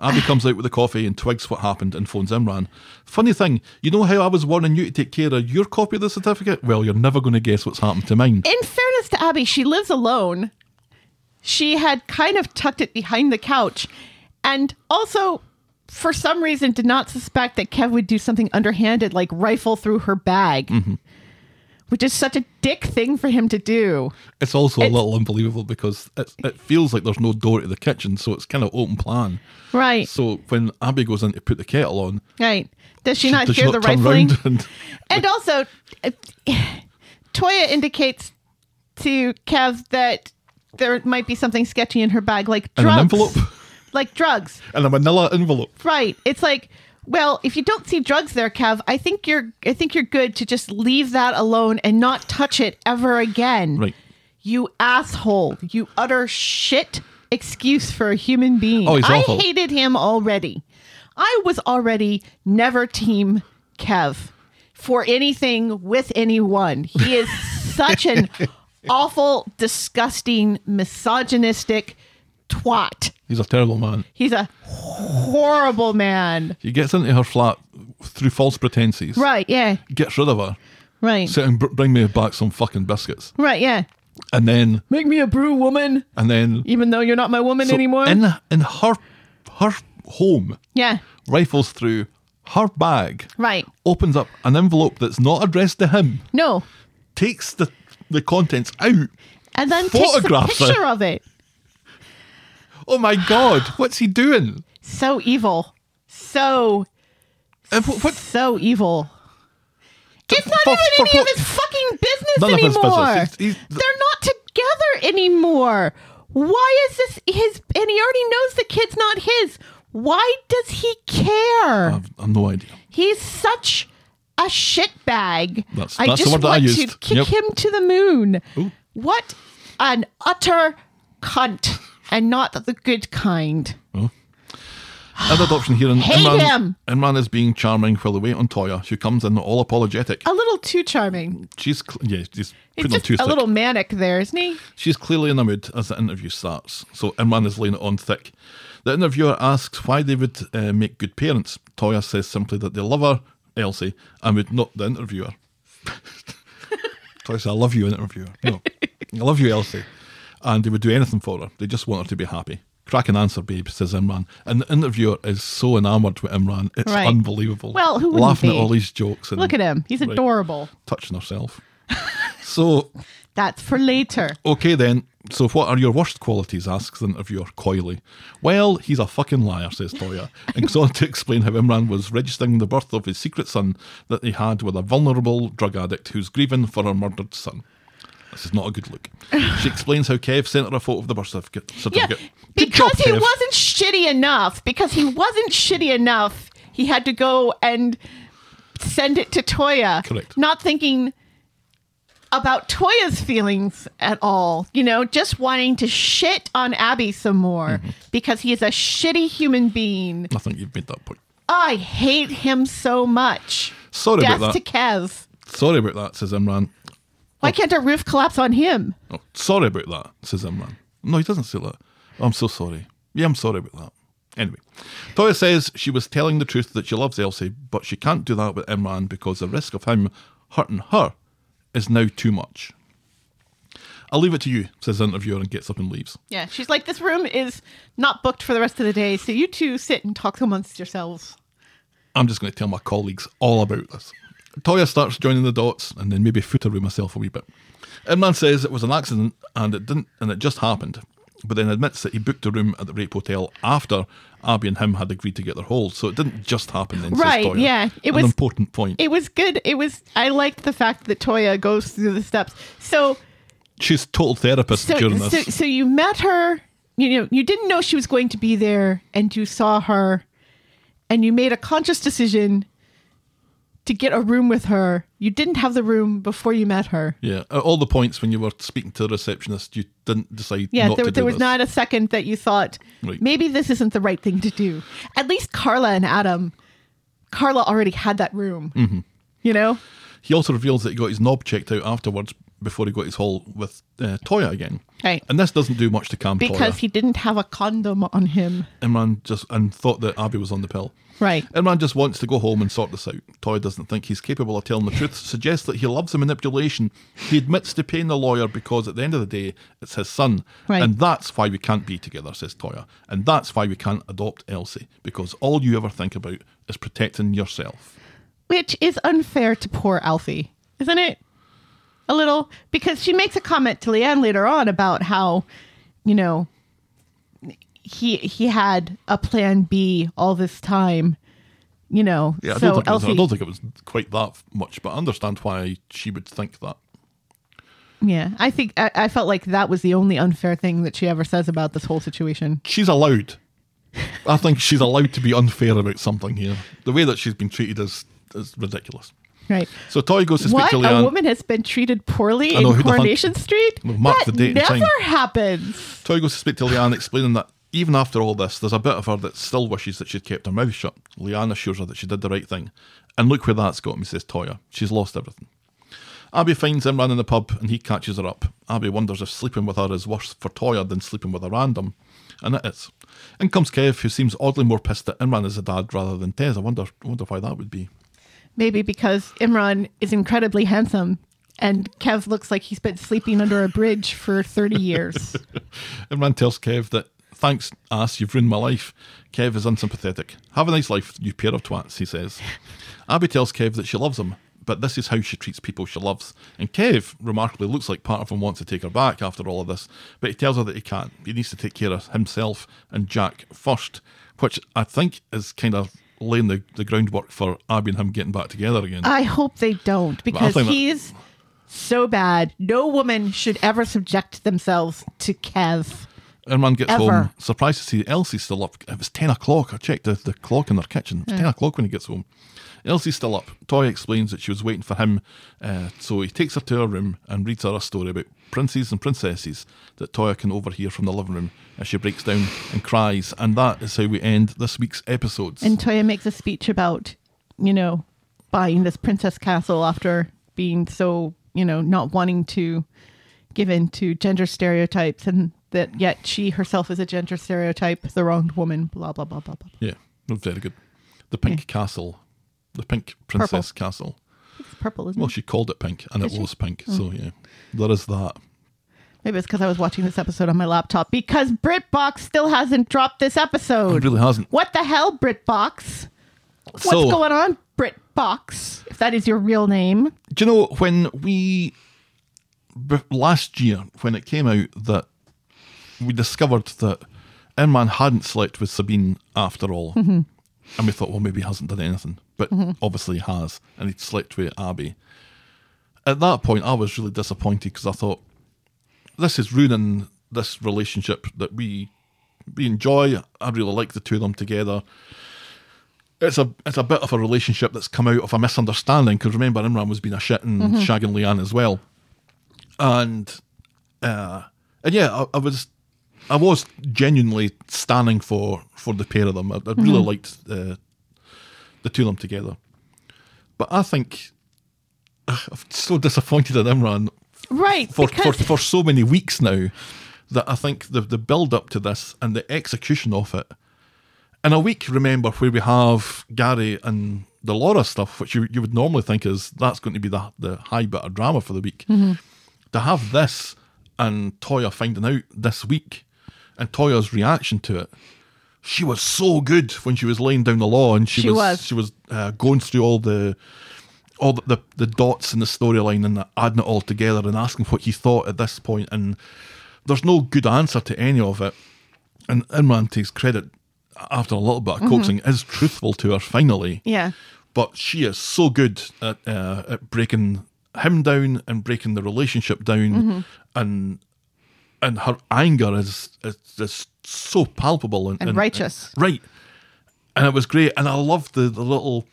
Abby comes out with the coffee and twigs what happened and phones Imran. Funny thing, you know how I was warning you to take care of your copy of the certificate? Well, you're never going to guess what's happened to mine. In fairness to Abby, she lives alone. She had kind of tucked it behind the couch and also, for some reason, did not suspect that Kev would do something underhanded like rifle through her bag. which is such a dick thing for him to do. It's also It's- a little unbelievable because it, it feels like there's no door to the kitchen, so it's kind of open plan. Right. So when Abby goes in to put the kettle on, Right. Does she not does she hear not the turn rifling? round and- And also, <sighs> uh, Toya indicates to Kev that there might be something sketchy in her bag, like And drugs. an envelope. Like drugs. and a manila envelope. Right. It's like, well, if you don't see drugs there, Kev, I think you're I think you're good to just leave that alone and not touch it ever again. Right. You asshole. You utter shit excuse for a human being. Oh, he's I awful. hated him already. I was already never team Kev for anything with anyone. <laughs> He is such an awful, disgusting, misogynistic twat. He's a terrible man. He's a horrible man. He gets into her flat through false pretenses. Right, yeah. Gets rid of her. Right. Saying, "Br- bring me back some fucking biscuits. right, yeah. And then, Make me a brew woman, and then. even though you're not my woman so anymore. In, in her, her home, yeah. rifles through her bag. Right. Opens up an envelope that's not addressed to him. No. Takes the, the contents out. And then takes a Photographs it. picture of it. Oh my god, what's he doing? So evil. So And Uh, what, what so evil. It's not for- even for any what- of his fucking business None of his anymore. business. He's- he's- They're not together anymore. Why is this his? And he already knows the kid's not his. Why does he care? I've, I've no idea. He's such a shitbag. That's- I that's the just word that I want to used. kick Yep. him to the moon. Ooh. What an utter cunt, and not the good kind. Another adoption here in Hate Imran, him. Imran is being charming while they wait on Toya, who comes in all apologetic. A little too charming. She's cl- yeah, she's It's putting on Oh. just too a thick. little manic there, isn't he? She's clearly in the mood as the interview starts, so Imran is laying it on thick. The interviewer asks why they would uh, make good parents. Toya says simply that they love her, Elsie, and would not the interviewer. <laughs> Toya says, I love you, interviewer. No, I love you, Elsie. And they would do anything for her. They just want her to be happy. Cracking answer, babe, says Imran. And the interviewer is so enamoured with Imran, it's Right. unbelievable. Well, who wouldn't Laughing be? at all his jokes. And Look at him. He's Right. adorable. Touching herself. <laughs> so That's for later. Okay then. So what are your worst qualities? asks the interviewer coyly. Well, he's a fucking liar, says Toya, <laughs> and goes on to explain how Imran was registering the birth of his secret son that he had with a vulnerable drug addict who's grieving for her murdered son. This is not a good look. She explains how Kev sent her a photo of the birth certificate. Yeah, certificate. Good job, because he Kev. wasn't shitty enough. Because he wasn't shitty enough, he had to go and send it to Toya. Correct. Not thinking about Toya's feelings at all. You know, just wanting to shit on Abby some more Mm-hmm. because he is a shitty human being. I think you've made that point. I hate him so much. Sorry Death about to that. Oh. Kev. Sorry about that, says Imran. Why can't a roof collapse on him? Oh, sorry about that, says Imran. No, he doesn't say that. "Oh, I'm so sorry. Yeah, I'm sorry about that. Anyway, Toya says she was telling the truth that she loves Elsie, but she can't do that with Imran because the risk of him hurting her is now too much. I'll leave it to you, says the interviewer and gets up and leaves. Yeah, she's like, this room is not booked for the rest of the day, so you two sit and talk amongst yourselves. I'm just going to tell my colleagues all about this. Toya starts joining the dots and then maybe footer with myself a wee bit. Imran says it was an accident and it didn't and it just happened, but then admits that he booked a room at the Rape Hotel after Abby and him had agreed to get their hold, so it didn't just happen then. Right, says Toya. yeah, it an was- important point. It was good. It was. I liked the fact that Toya goes through the steps. So, She's total therapist so, during so, this. so you met her. You know, you didn't know she was going to be there, and you saw her, and you made a conscious decision to get a room with her. You didn't have the room before you met her. yeah, at all the points when you were speaking to the receptionist, you didn't decide. Yeah, not there, to there do was this. not a second that you thought Right. maybe this isn't the right thing to do. At least Carla and Adam, Carla already had that room. Mm-hmm. You know, He also reveals that he got his knob checked out afterwards before he got his haul with uh, Toya again. Right. And this doesn't do much to calm because Toya. he didn't have a condom on him. Imran just and thought that Abby was on the pill. Right. Imran just wants to go home and sort this out. Toy doesn't think he's capable of telling the <laughs> truth, suggests that he loves the manipulation. He admits to paying the lawyer because at the end of the day, it's his son. Right. And that's why we can't be together, says Toya. And that's why we can't adopt Elsie, because all you ever think about is protecting yourself. which is unfair to poor Alfie, isn't it? a little because she makes a comment to Leanne later on about how, you know, he he had a plan B all this time, you know. Yeah, I, so don't think it was, I Elsie, don't think it was quite that much, but I understand why she would think that. yeah, I think I, I felt like that was the only unfair thing that she ever says about this whole situation. She's allowed. I think she's allowed to be unfair about something here. The way that she's been treated is is ridiculous. Right. So Toy goes to speak What to a Leanne. woman has been treated poorly I know, who in the fuck- Coronation Street. We'll mark that the date and never time. happens. Toy goes to speak to Leanne, explaining that even after all this, there's a bit of her that still wishes that she'd kept her mouth shut. Leanne assures her that she did the right thing. And look where that's got me, says Toya. She's lost everything. Abby finds Imran in the pub and he catches her up. Abby wonders if sleeping with her is worse for Toya than sleeping with a random, and it is. In comes Kev, who seems oddly more pissed that Imran is a dad rather than Tez. I wonder, wonder why that would be. Maybe because Imran is incredibly handsome and Kev looks like he's been sleeping under a bridge for 30 <laughs> years. Imran tells Kev that, thanks, ass, you've ruined my life. Kev is unsympathetic. Have a nice life, you pair of twats, he says. Abby tells Kev that she loves him, but this is how she treats people she loves. And Kev, remarkably, looks like part of him wants to take her back after all of this, but he tells her that he can't. He needs to take care of himself and Jack first, which I think is kind of laying the, the groundwork for Abby and him getting back together again. I hope they don't because think that- he's so bad. No woman should ever subject themselves to Kev. Irman gets Ever. home, surprised to see Elsie's still up. It was 10 o'clock. I checked the, the clock in their kitchen. It Hmm. was 10 o'clock when he gets home. Elsie's still up. Toy explains that she was waiting for him, uh, so he takes her to her room and reads her a story about princes and princesses that Toya can overhear from the living room as she breaks down and cries. And that is how we end this week's episodes. And Toya makes a speech about, you know, buying this princess castle after being so, you know, not wanting to give in to gender stereotypes and that yet she herself is a gender stereotype, the wronged woman, blah, blah, blah, blah, blah. yeah, not very good. The Pink Hmm. Castle. The Pink Princess Castle. It's purple, isn't Well, it? she called it pink, and it she? Hmm. was pink. So, yeah, there is that. Maybe it's because I was watching this episode on my laptop because BritBox still hasn't dropped this episode. It really hasn't. What the hell, BritBox? What's So- going on, BritBox? If that is your real name. do you know when we b- last year when it came out that we discovered that Irman hadn't slept with Sabine after all, and we thought, well, maybe he hasn't done anything, but obviously he has, and he'd slept with Abby. At that point, I was really disappointed because I thought this is ruining this relationship that we we enjoy. I really like the two of them together it's a it's a bit of a relationship that's come out of a misunderstanding because remember Imran was being a shit and shagging Leanne as well, and uh, and yeah, I, I was I was genuinely standing for for the pair of them. I, I really liked uh, the two of them together, but I think <sighs> I'm so disappointed in Imran Right. for, for because for so many weeks now that I think the the build up to this and the execution of it in a week. Remember where we have Gary and the Laura stuff, which you you would normally think is that's going to be the the high bit of drama for the week. Mm-hmm. To have this and Toya finding out this week and Toya's reaction to it. She was so good when she was laying down the law and she, She was, was. she was uh, going through all the all the, the, the dots in the storyline and adding it all together and asking what he thought at this point and there's no good answer to any of it and Imran takes credit after a little bit Mm-hmm. of coaxing is truthful to her finally Yeah. but she is so good at, uh, at breaking him down and breaking the relationship down and and her anger is is, is so palpable and, And righteous. right and it was great and i loved the, the little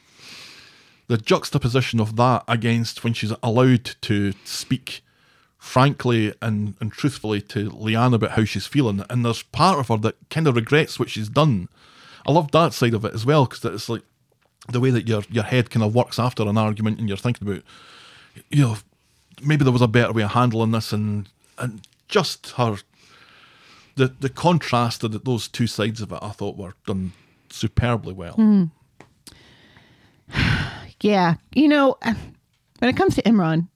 the juxtaposition of that against when she's allowed to speak frankly and, and truthfully to Leanne about how she's feeling. And there's part of her that kind of regrets what she's done. I love that side of it as well because it's like the way that your, your head kind of works after an argument and you're thinking about, you know, maybe there was a better way of handling this and, and just her the the contrast of those two sides of it I thought were done superbly well. Hmm. Yeah. You know, when it comes to Imran,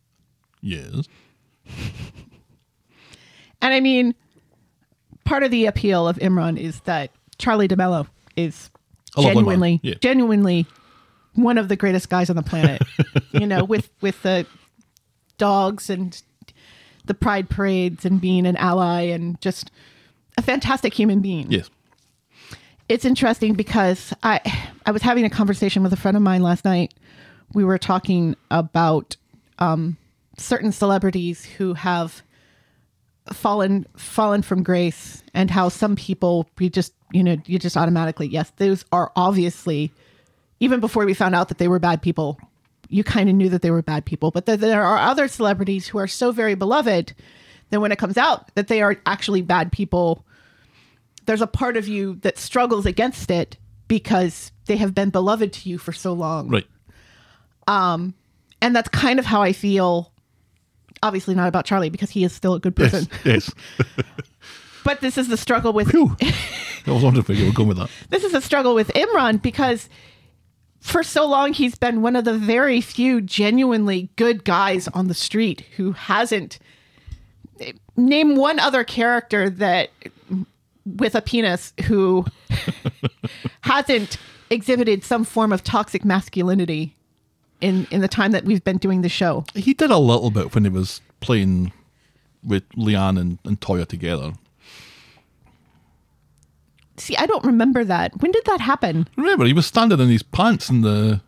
Yes. and I mean, part of the appeal of Imran is that Charlie DeMello is A lovely man. genuinely, Yeah. <laughs> genuinely one of the greatest guys on the planet. you know, with with the dogs and the pride parades and being an ally and just a fantastic human being Yes. it's interesting because I I was having a conversation with a friend of mine last night. We were talking about um, certain celebrities who have fallen fallen from grace and how some people we just you know you just automatically yes those are obviously even before we found out that they were bad people you kind of knew that they were bad people but there, there are other celebrities who are so very beloved that when it comes out that they are actually bad people there's a part of you that struggles against it because they have been beloved to you for so long. Right. And that's kind of how I feel. Obviously, not about Charlie because he is still a good person. Yes. <laughs> yes. But this is the struggle with Phew. I was wondering where you were going with that. this is a struggle with Imran because for so long he's been one of the very few genuinely good guys on the street who hasn't name one other character that with a penis <laughs> who hasn't exhibited some form of toxic masculinity in in the time that we've been doing the show. He did a little bit when he was playing with Leanne and, and Toya together. See, I don't remember that. When did that happen? Remember, he was standing in his pants in the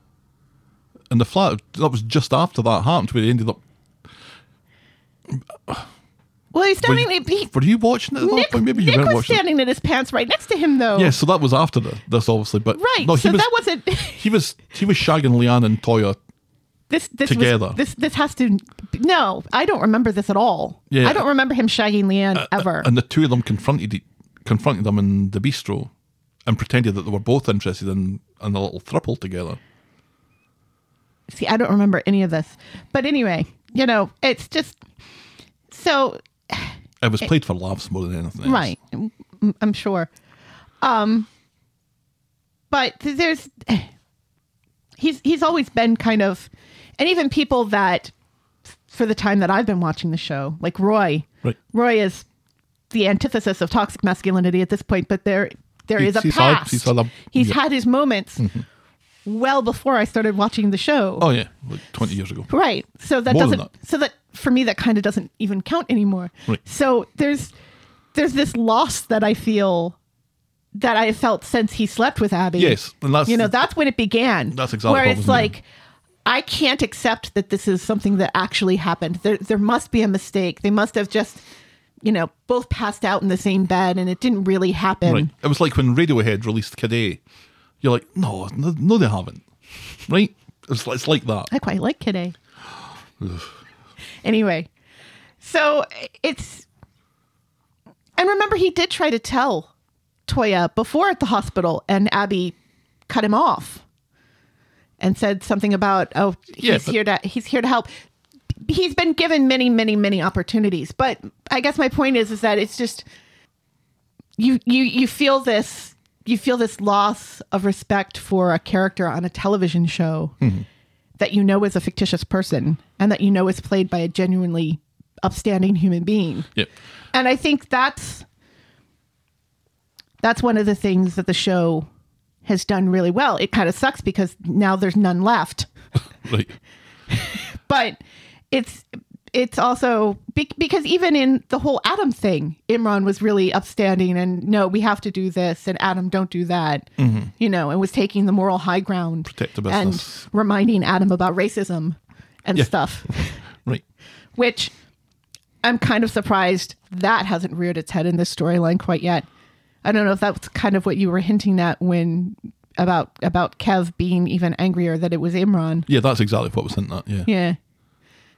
in the flat. That was just after that happened, where he ended up. Well, he's Were standing. you, he- were you watching it at that Nick, point? Maybe you Nick weren't was watching. it. standing in his pants right next to him, though. Yeah, so that was after the, this, obviously. But Oh. Right. no, he so was, that <laughs> wasn't. he was he was shagging Leanne and Toya. <laughs> uh, this this Together. Was, this this has to no i don't remember this at all Yeah. Uh, i don't remember him shagging leanne ever and the two of them confronted e- confronted them in the bistro and pretended that they were both interested in in a little thruple together. see i don't remember any of this but anyway you know it's just so It was played for laughs more than anything. else. Eh. right m- m- i'm sure um but th- there's <sighs> he's he's always been kind of and even people that for the time that i've been watching the show like roy Right. roy is the antithesis of toxic masculinity at this point but there there He's- is a he's had- past he's had a- He's yeah. had his moments well before i started watching the show Oh yeah, like twenty years ago. Right. So that More than doesn't. that. So that for me, that kind of doesn't even count anymore. Right. So there's there's this loss that I feel that I felt since he slept with Abby. Yes, and that's- you know that's when it began. That's exactly where what it's was like. meaning. I can't accept that this is something that actually happened. There, there must be a mistake. They must have just, you know, both passed out in the same bed, and it didn't really happen. Right. It was like when Radiohead released Kid A. You're like, no, no, no they haven't. Right? It's, it's like that. I quite like Kid A. anyway, so it's. And remember, he did try to tell Toya before at the hospital, and Abby cut him off and said something about, "Oh, he's Yeah, but- here to he's here to help." He's been given many, many, many opportunities, but I guess my point is, is that it's just you, you, you feel this, you feel this loss of respect for a character on a television show that you know is a fictitious person and that you know is played by a genuinely upstanding human being. Yep. And I think that's that's one of the things that the show has done really well. It kind of sucks because now there's none left. Right. But it's it's also be- because even in the whole Adam thing, Imran was really upstanding and no, we have to do this and Adam don't do that. You know, and was taking the moral high ground Mm-hmm. Protect the business. and reminding Adam about racism and Yeah. stuff Right. which I'm kind of surprised that hasn't reared its head in this storyline quite yet. I don't know if that's kind of what you were hinting at when about about Kev being even angrier that it was Imran. Yeah, that's exactly what was hinting at. Yeah. Yeah.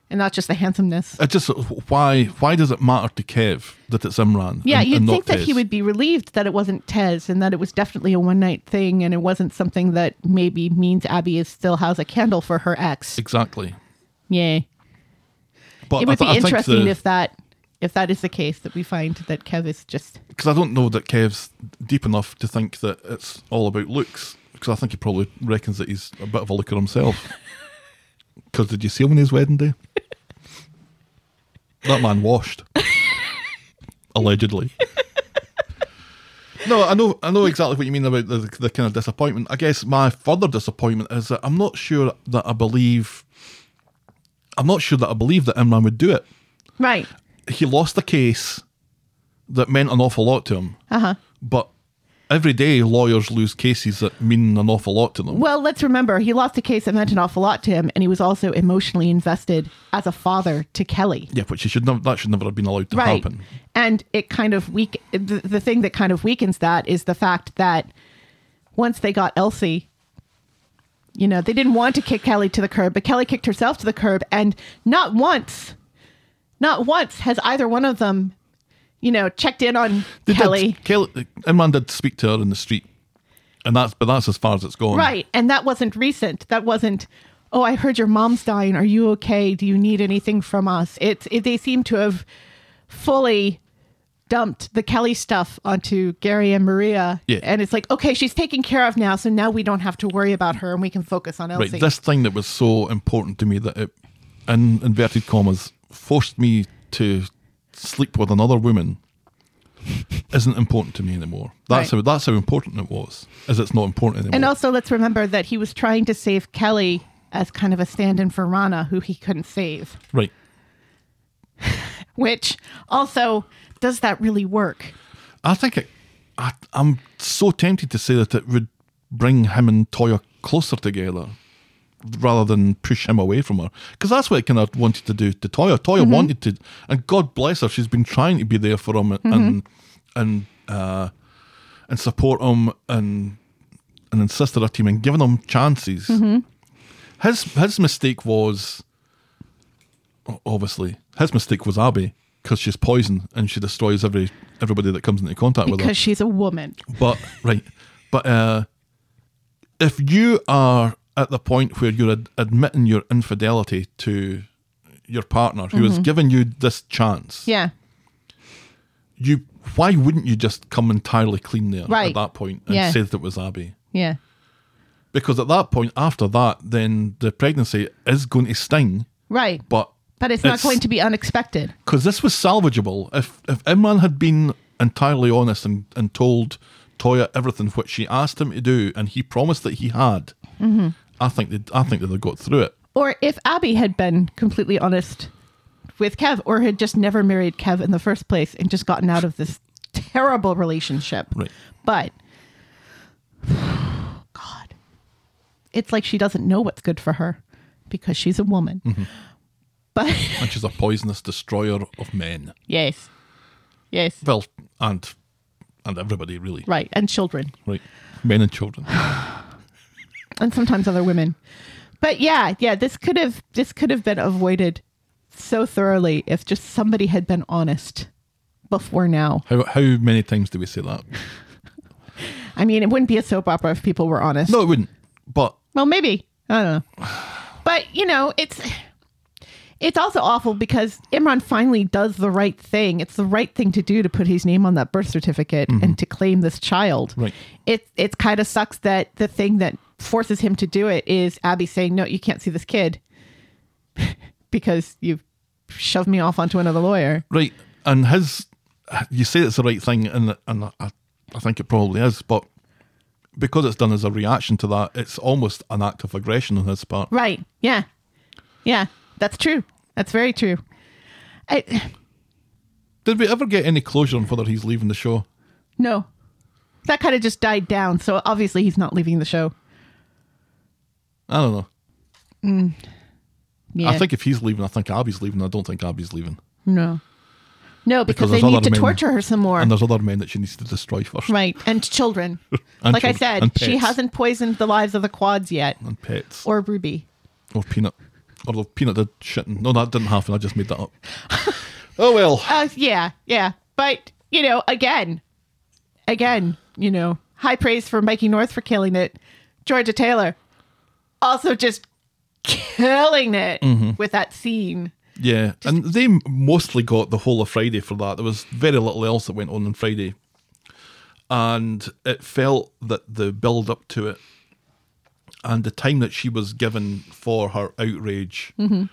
And not just the handsomeness. It just why why does it matter to Kev that it's Imran? Yeah, and- you'd and not think that he Tez? would be relieved that it wasn't Tez and that it was definitely a one night thing and it wasn't something that maybe means Abby is still has a candle for her ex. exactly. Yeah. But It would I be th- I think interesting the- if that if that is the case that we find that Kev is just because I don't know that Kev's deep enough to think that it's all about looks. Because I think he probably reckons that he's a bit of a looker himself. Because did you see him on his wedding day? That man washed, allegedly. No, I know, I know exactly what you mean about the, the kind of disappointment. I guess my further disappointment is that I'm not sure that I believe I'm not sure that I believe that Imran would do it. Right. He lost a case that meant an awful lot to him. Uh-huh. But every day, lawyers lose cases that mean an awful lot to them. Well, let's remember he lost a case that meant an awful lot to him, and he was also emotionally invested as a father to Kelly. yeah, which he should never, that should never have been allowed to right happen. and it kind of weak the, the thing that kind of weakens that is the fact that once they got elsie you know they didn't want to kick kelly to the curb but kelly kicked herself to the curb and not once not once has either one of them you know checked in on They did- kelly Kelly. Imran did speak to her in the street, and that's but that's as far as it's gone. Right. And that wasn't recent. That wasn't, oh, I heard your mom's dying. Are you okay? Do you need anything from us? It's it, they seem to have fully dumped the Kelly stuff onto Gary and Maria. Yeah. And it's like, okay, she's taken care of now. So now we don't have to worry about her and we can focus on Elsie. Right, this thing that was so important to me that it, in inverted commas, forced me to sleep with another woman isn't important to me anymore. That's Right. how that's how important it was. Is it's not important anymore. and also, let's remember that he was trying to save Kelly as kind of a stand in for Rana, who he couldn't save, right. which also, does that really work? Oh, I think it, I, I'm so tempted to say that it would bring him and Toya closer together rather than push him away from her. Because that's what it kind of wanted to do to Toya. Toya wanted to, and God bless her, she's been trying to be there for him and and and, uh, and support him and and insist on her team and giving him chances. His his mistake was o- obviously his mistake was Abby because she's poison and she destroys every everybody that comes into contact with her. Because she's a woman. But right, but uh, if you are at the point where you're ad- admitting your infidelity to your partner who has given you this chance, Mm-hmm. Yeah. you why wouldn't you just come entirely clean there Right. at that point and Yeah. say that it was Abby? Yeah. Because at that point, after that, then the pregnancy is going to sting, Right. but But it's, not going to be unexpected. because this was salvageable. If if Imran had been entirely honest and, and told Toya everything which she asked him to do, and he promised that he had, I think they I think they'd have got through it. Or if Abby had been completely honest with Kev or had just never married Kev in the first place and just gotten out of this terrible relationship. Right. But <sighs> God. It's like she doesn't know what's good for her because she's a woman. But <laughs> And she's a poisonous destroyer of men. yes. Yes. Well, and and everybody really, right? Right. And children. Men and children. and sometimes other women. But yeah, yeah, this could have this could have been avoided so thoroughly if just somebody had been honest before now. How how many times do we say that? I mean, it wouldn't be a soap opera if people were honest. No, it wouldn't. But Well, maybe. I don't know. But, you know, it's it's also awful because Imran finally does the right thing. It's the right thing to do to put his name on that birth certificate and to claim this child. Right. It it kind of sucks that the thing that forces him to do it is Abby saying, "No, you can't see this kid <laughs> because you shoved me off onto another lawyer." Right, and his, you say it's the right thing, and and I, I think it probably is, but because it's done as a reaction to that, it's almost an act of aggression on his part. Right. Yeah. Yeah. That's true. That's very true. I Did we ever get any closure on whether he's leaving the show? No. That kind of just died down. So obviously he's not leaving the show. I don't know. Yeah. I think if he's leaving, I think Abby's leaving. I don't think Abby's leaving, no. No, because, Because they there's need other to men. torture her some more. and there's other men that she needs to destroy first, <laughs> right. And children. <laughs> And like children. I said, And she pets. hasn't poisoned the lives of the quads yet. and pets or, Or Ruby. Peanut, although Peanut did shitting. No, that didn't happen. I just made that <laughs> up. oh well. Uh, yeah, yeah. But, you know, again, again, you know, high praise for Mikey North for killing it. Georgia Taylor also just killing it Mm-hmm. with that scene. Yeah, and they m- mostly got the whole of Friday for that. There was very little else that went on on Friday, and it felt that the build up to it and the time that she was given for her outrage Mm-hmm.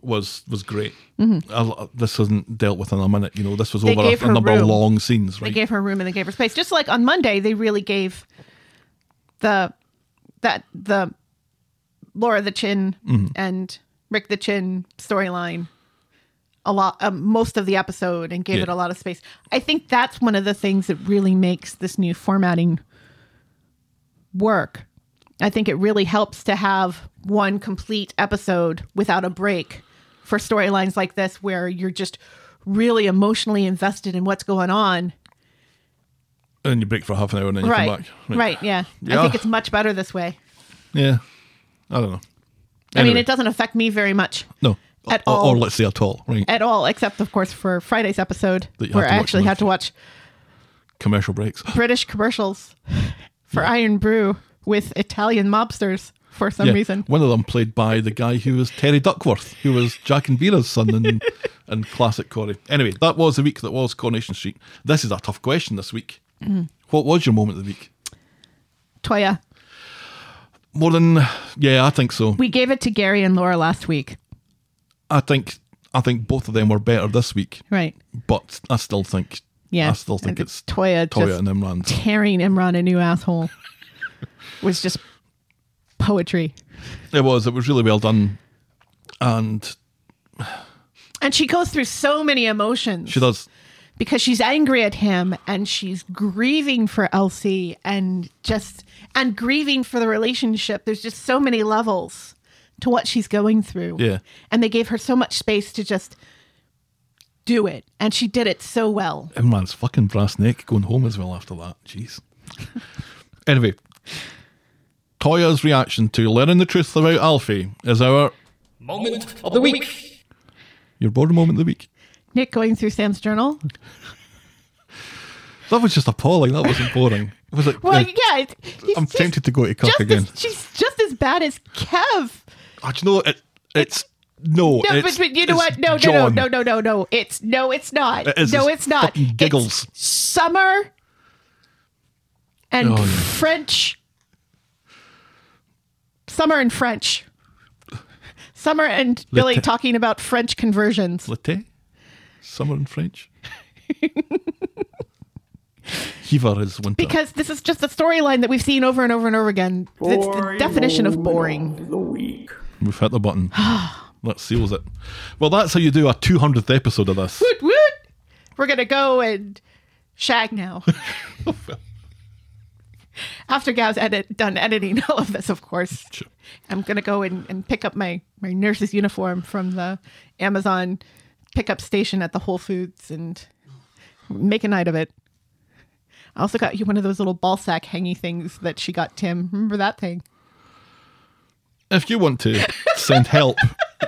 was was great. I- this wasn't dealt with in a minute. You know, this was They over gave a, her a number room. of long scenes, They right? gave her room and they gave her space. Just like on Monday, they really gave the that the Laura the Chin and Rick the Chin storyline a lot, um, most of the episode, and gave Yeah. it a lot of space. I think that's one of the things that really makes this new formatting work. I think it really helps to have one complete episode without a break for storylines like this, where you're just really emotionally invested in what's going on And then you break for half an hour and then you come right. back. right. Yeah. Yeah. I think it's much better this way. Yeah. I don't know. I mean, Anyway. it doesn't affect me very much No. At or, all. or let's say at all. Right. at all, except, of course, for Friday's episode That you where have I to watch actually them. had to watch Commercial breaks. British commercials for Iron Brew with Italian mobsters for some Yeah. reason. One of them played by the guy who was Terry Duckworth, who was Jack and Vera's son <laughs> and, and classic Corey. Anyway, that was the week that was Coronation Street. This is a tough question this week. Mm-hmm. What was your moment of the week? Toya, More than, yeah, I think so. we gave it to Gary and Laura last week. I think I think both of them were better this week, Right. but I still think, Yeah. I still think And it's Toya, Toya just and Imran. tearing Imran a <laughs> new asshole was just poetry. It was, it was really well done. And And she goes through so many emotions. she does, because she's angry at him and she's grieving for Elsie and just and grieving for the relationship. There's just so many levels to what she's going through. Yeah. And they gave her so much space to just do it. And she did it so well. Imran's fucking brass neck going home as well after that. Jeez. <laughs> anyway, Toya's reaction to learning the truth about Alfie is our Moment of the week. your boredom moment of the week. Nick going through Sam's journal. That was just appalling. That wasn't boring. Was it? Well, uh, yeah, it's, he's I'm just- tempted to go to cock just as- again. she's just as bad as Kev. Oh, do you know what? it, it's no. No, it's, but, but you know it's what? No, no, John. no, no, no, no, no. It's no, it's not. It is, no, it's it's not. fucking giggles. It's summer and Oh, yeah. French. Summer and French. Summer and Billy te- talking about French conversions. Latte? Summer in French? <laughs> Hiver is winter. Because this is just a storyline that we've seen over and over and over again. It's the definition of boring. We've hit the <gasps> button. that seals it. Well, that's how you do a 200th episode of this. Woot, woot. <laughs> We're going to go and shag now. <laughs> After Gav's edit, done editing <laughs> all of this, of course. Sure. I'm gonna go and, and pick up my my nurse's uniform from the Amazon pickup station at the Whole Foods and make a night of it. I also got you one of those little ball sack hangy things that she got Tim. Remember that thing? If you want to send help,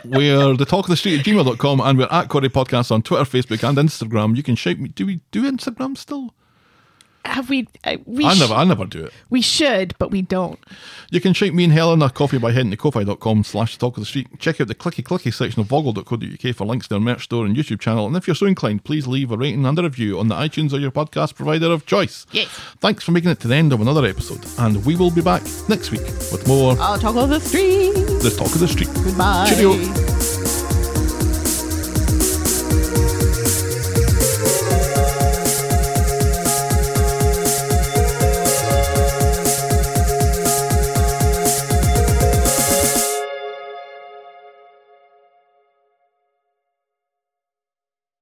we're the talk of the street at gmail.com and we're at Corey Podcast on Twitter, Facebook, and Instagram. You can shout me. Do we do Instagram still? Have we? Uh, we I sh- never, I never do it. we should, but we don't. You can shout me and Helen a coffee by heading to kofi.com slash the talk of the street. Check out the clicky clicky section of vogle.co.uk for links to our merch store and YouTube channel. And if you're so inclined, please leave a rating and a review on the iTunes or your podcast provider of choice. Yes. Thanks for making it to the end of another episode. And we will be back next week with more I'll talk over the street. The Talk of the Street. Goodbye. Cheerio.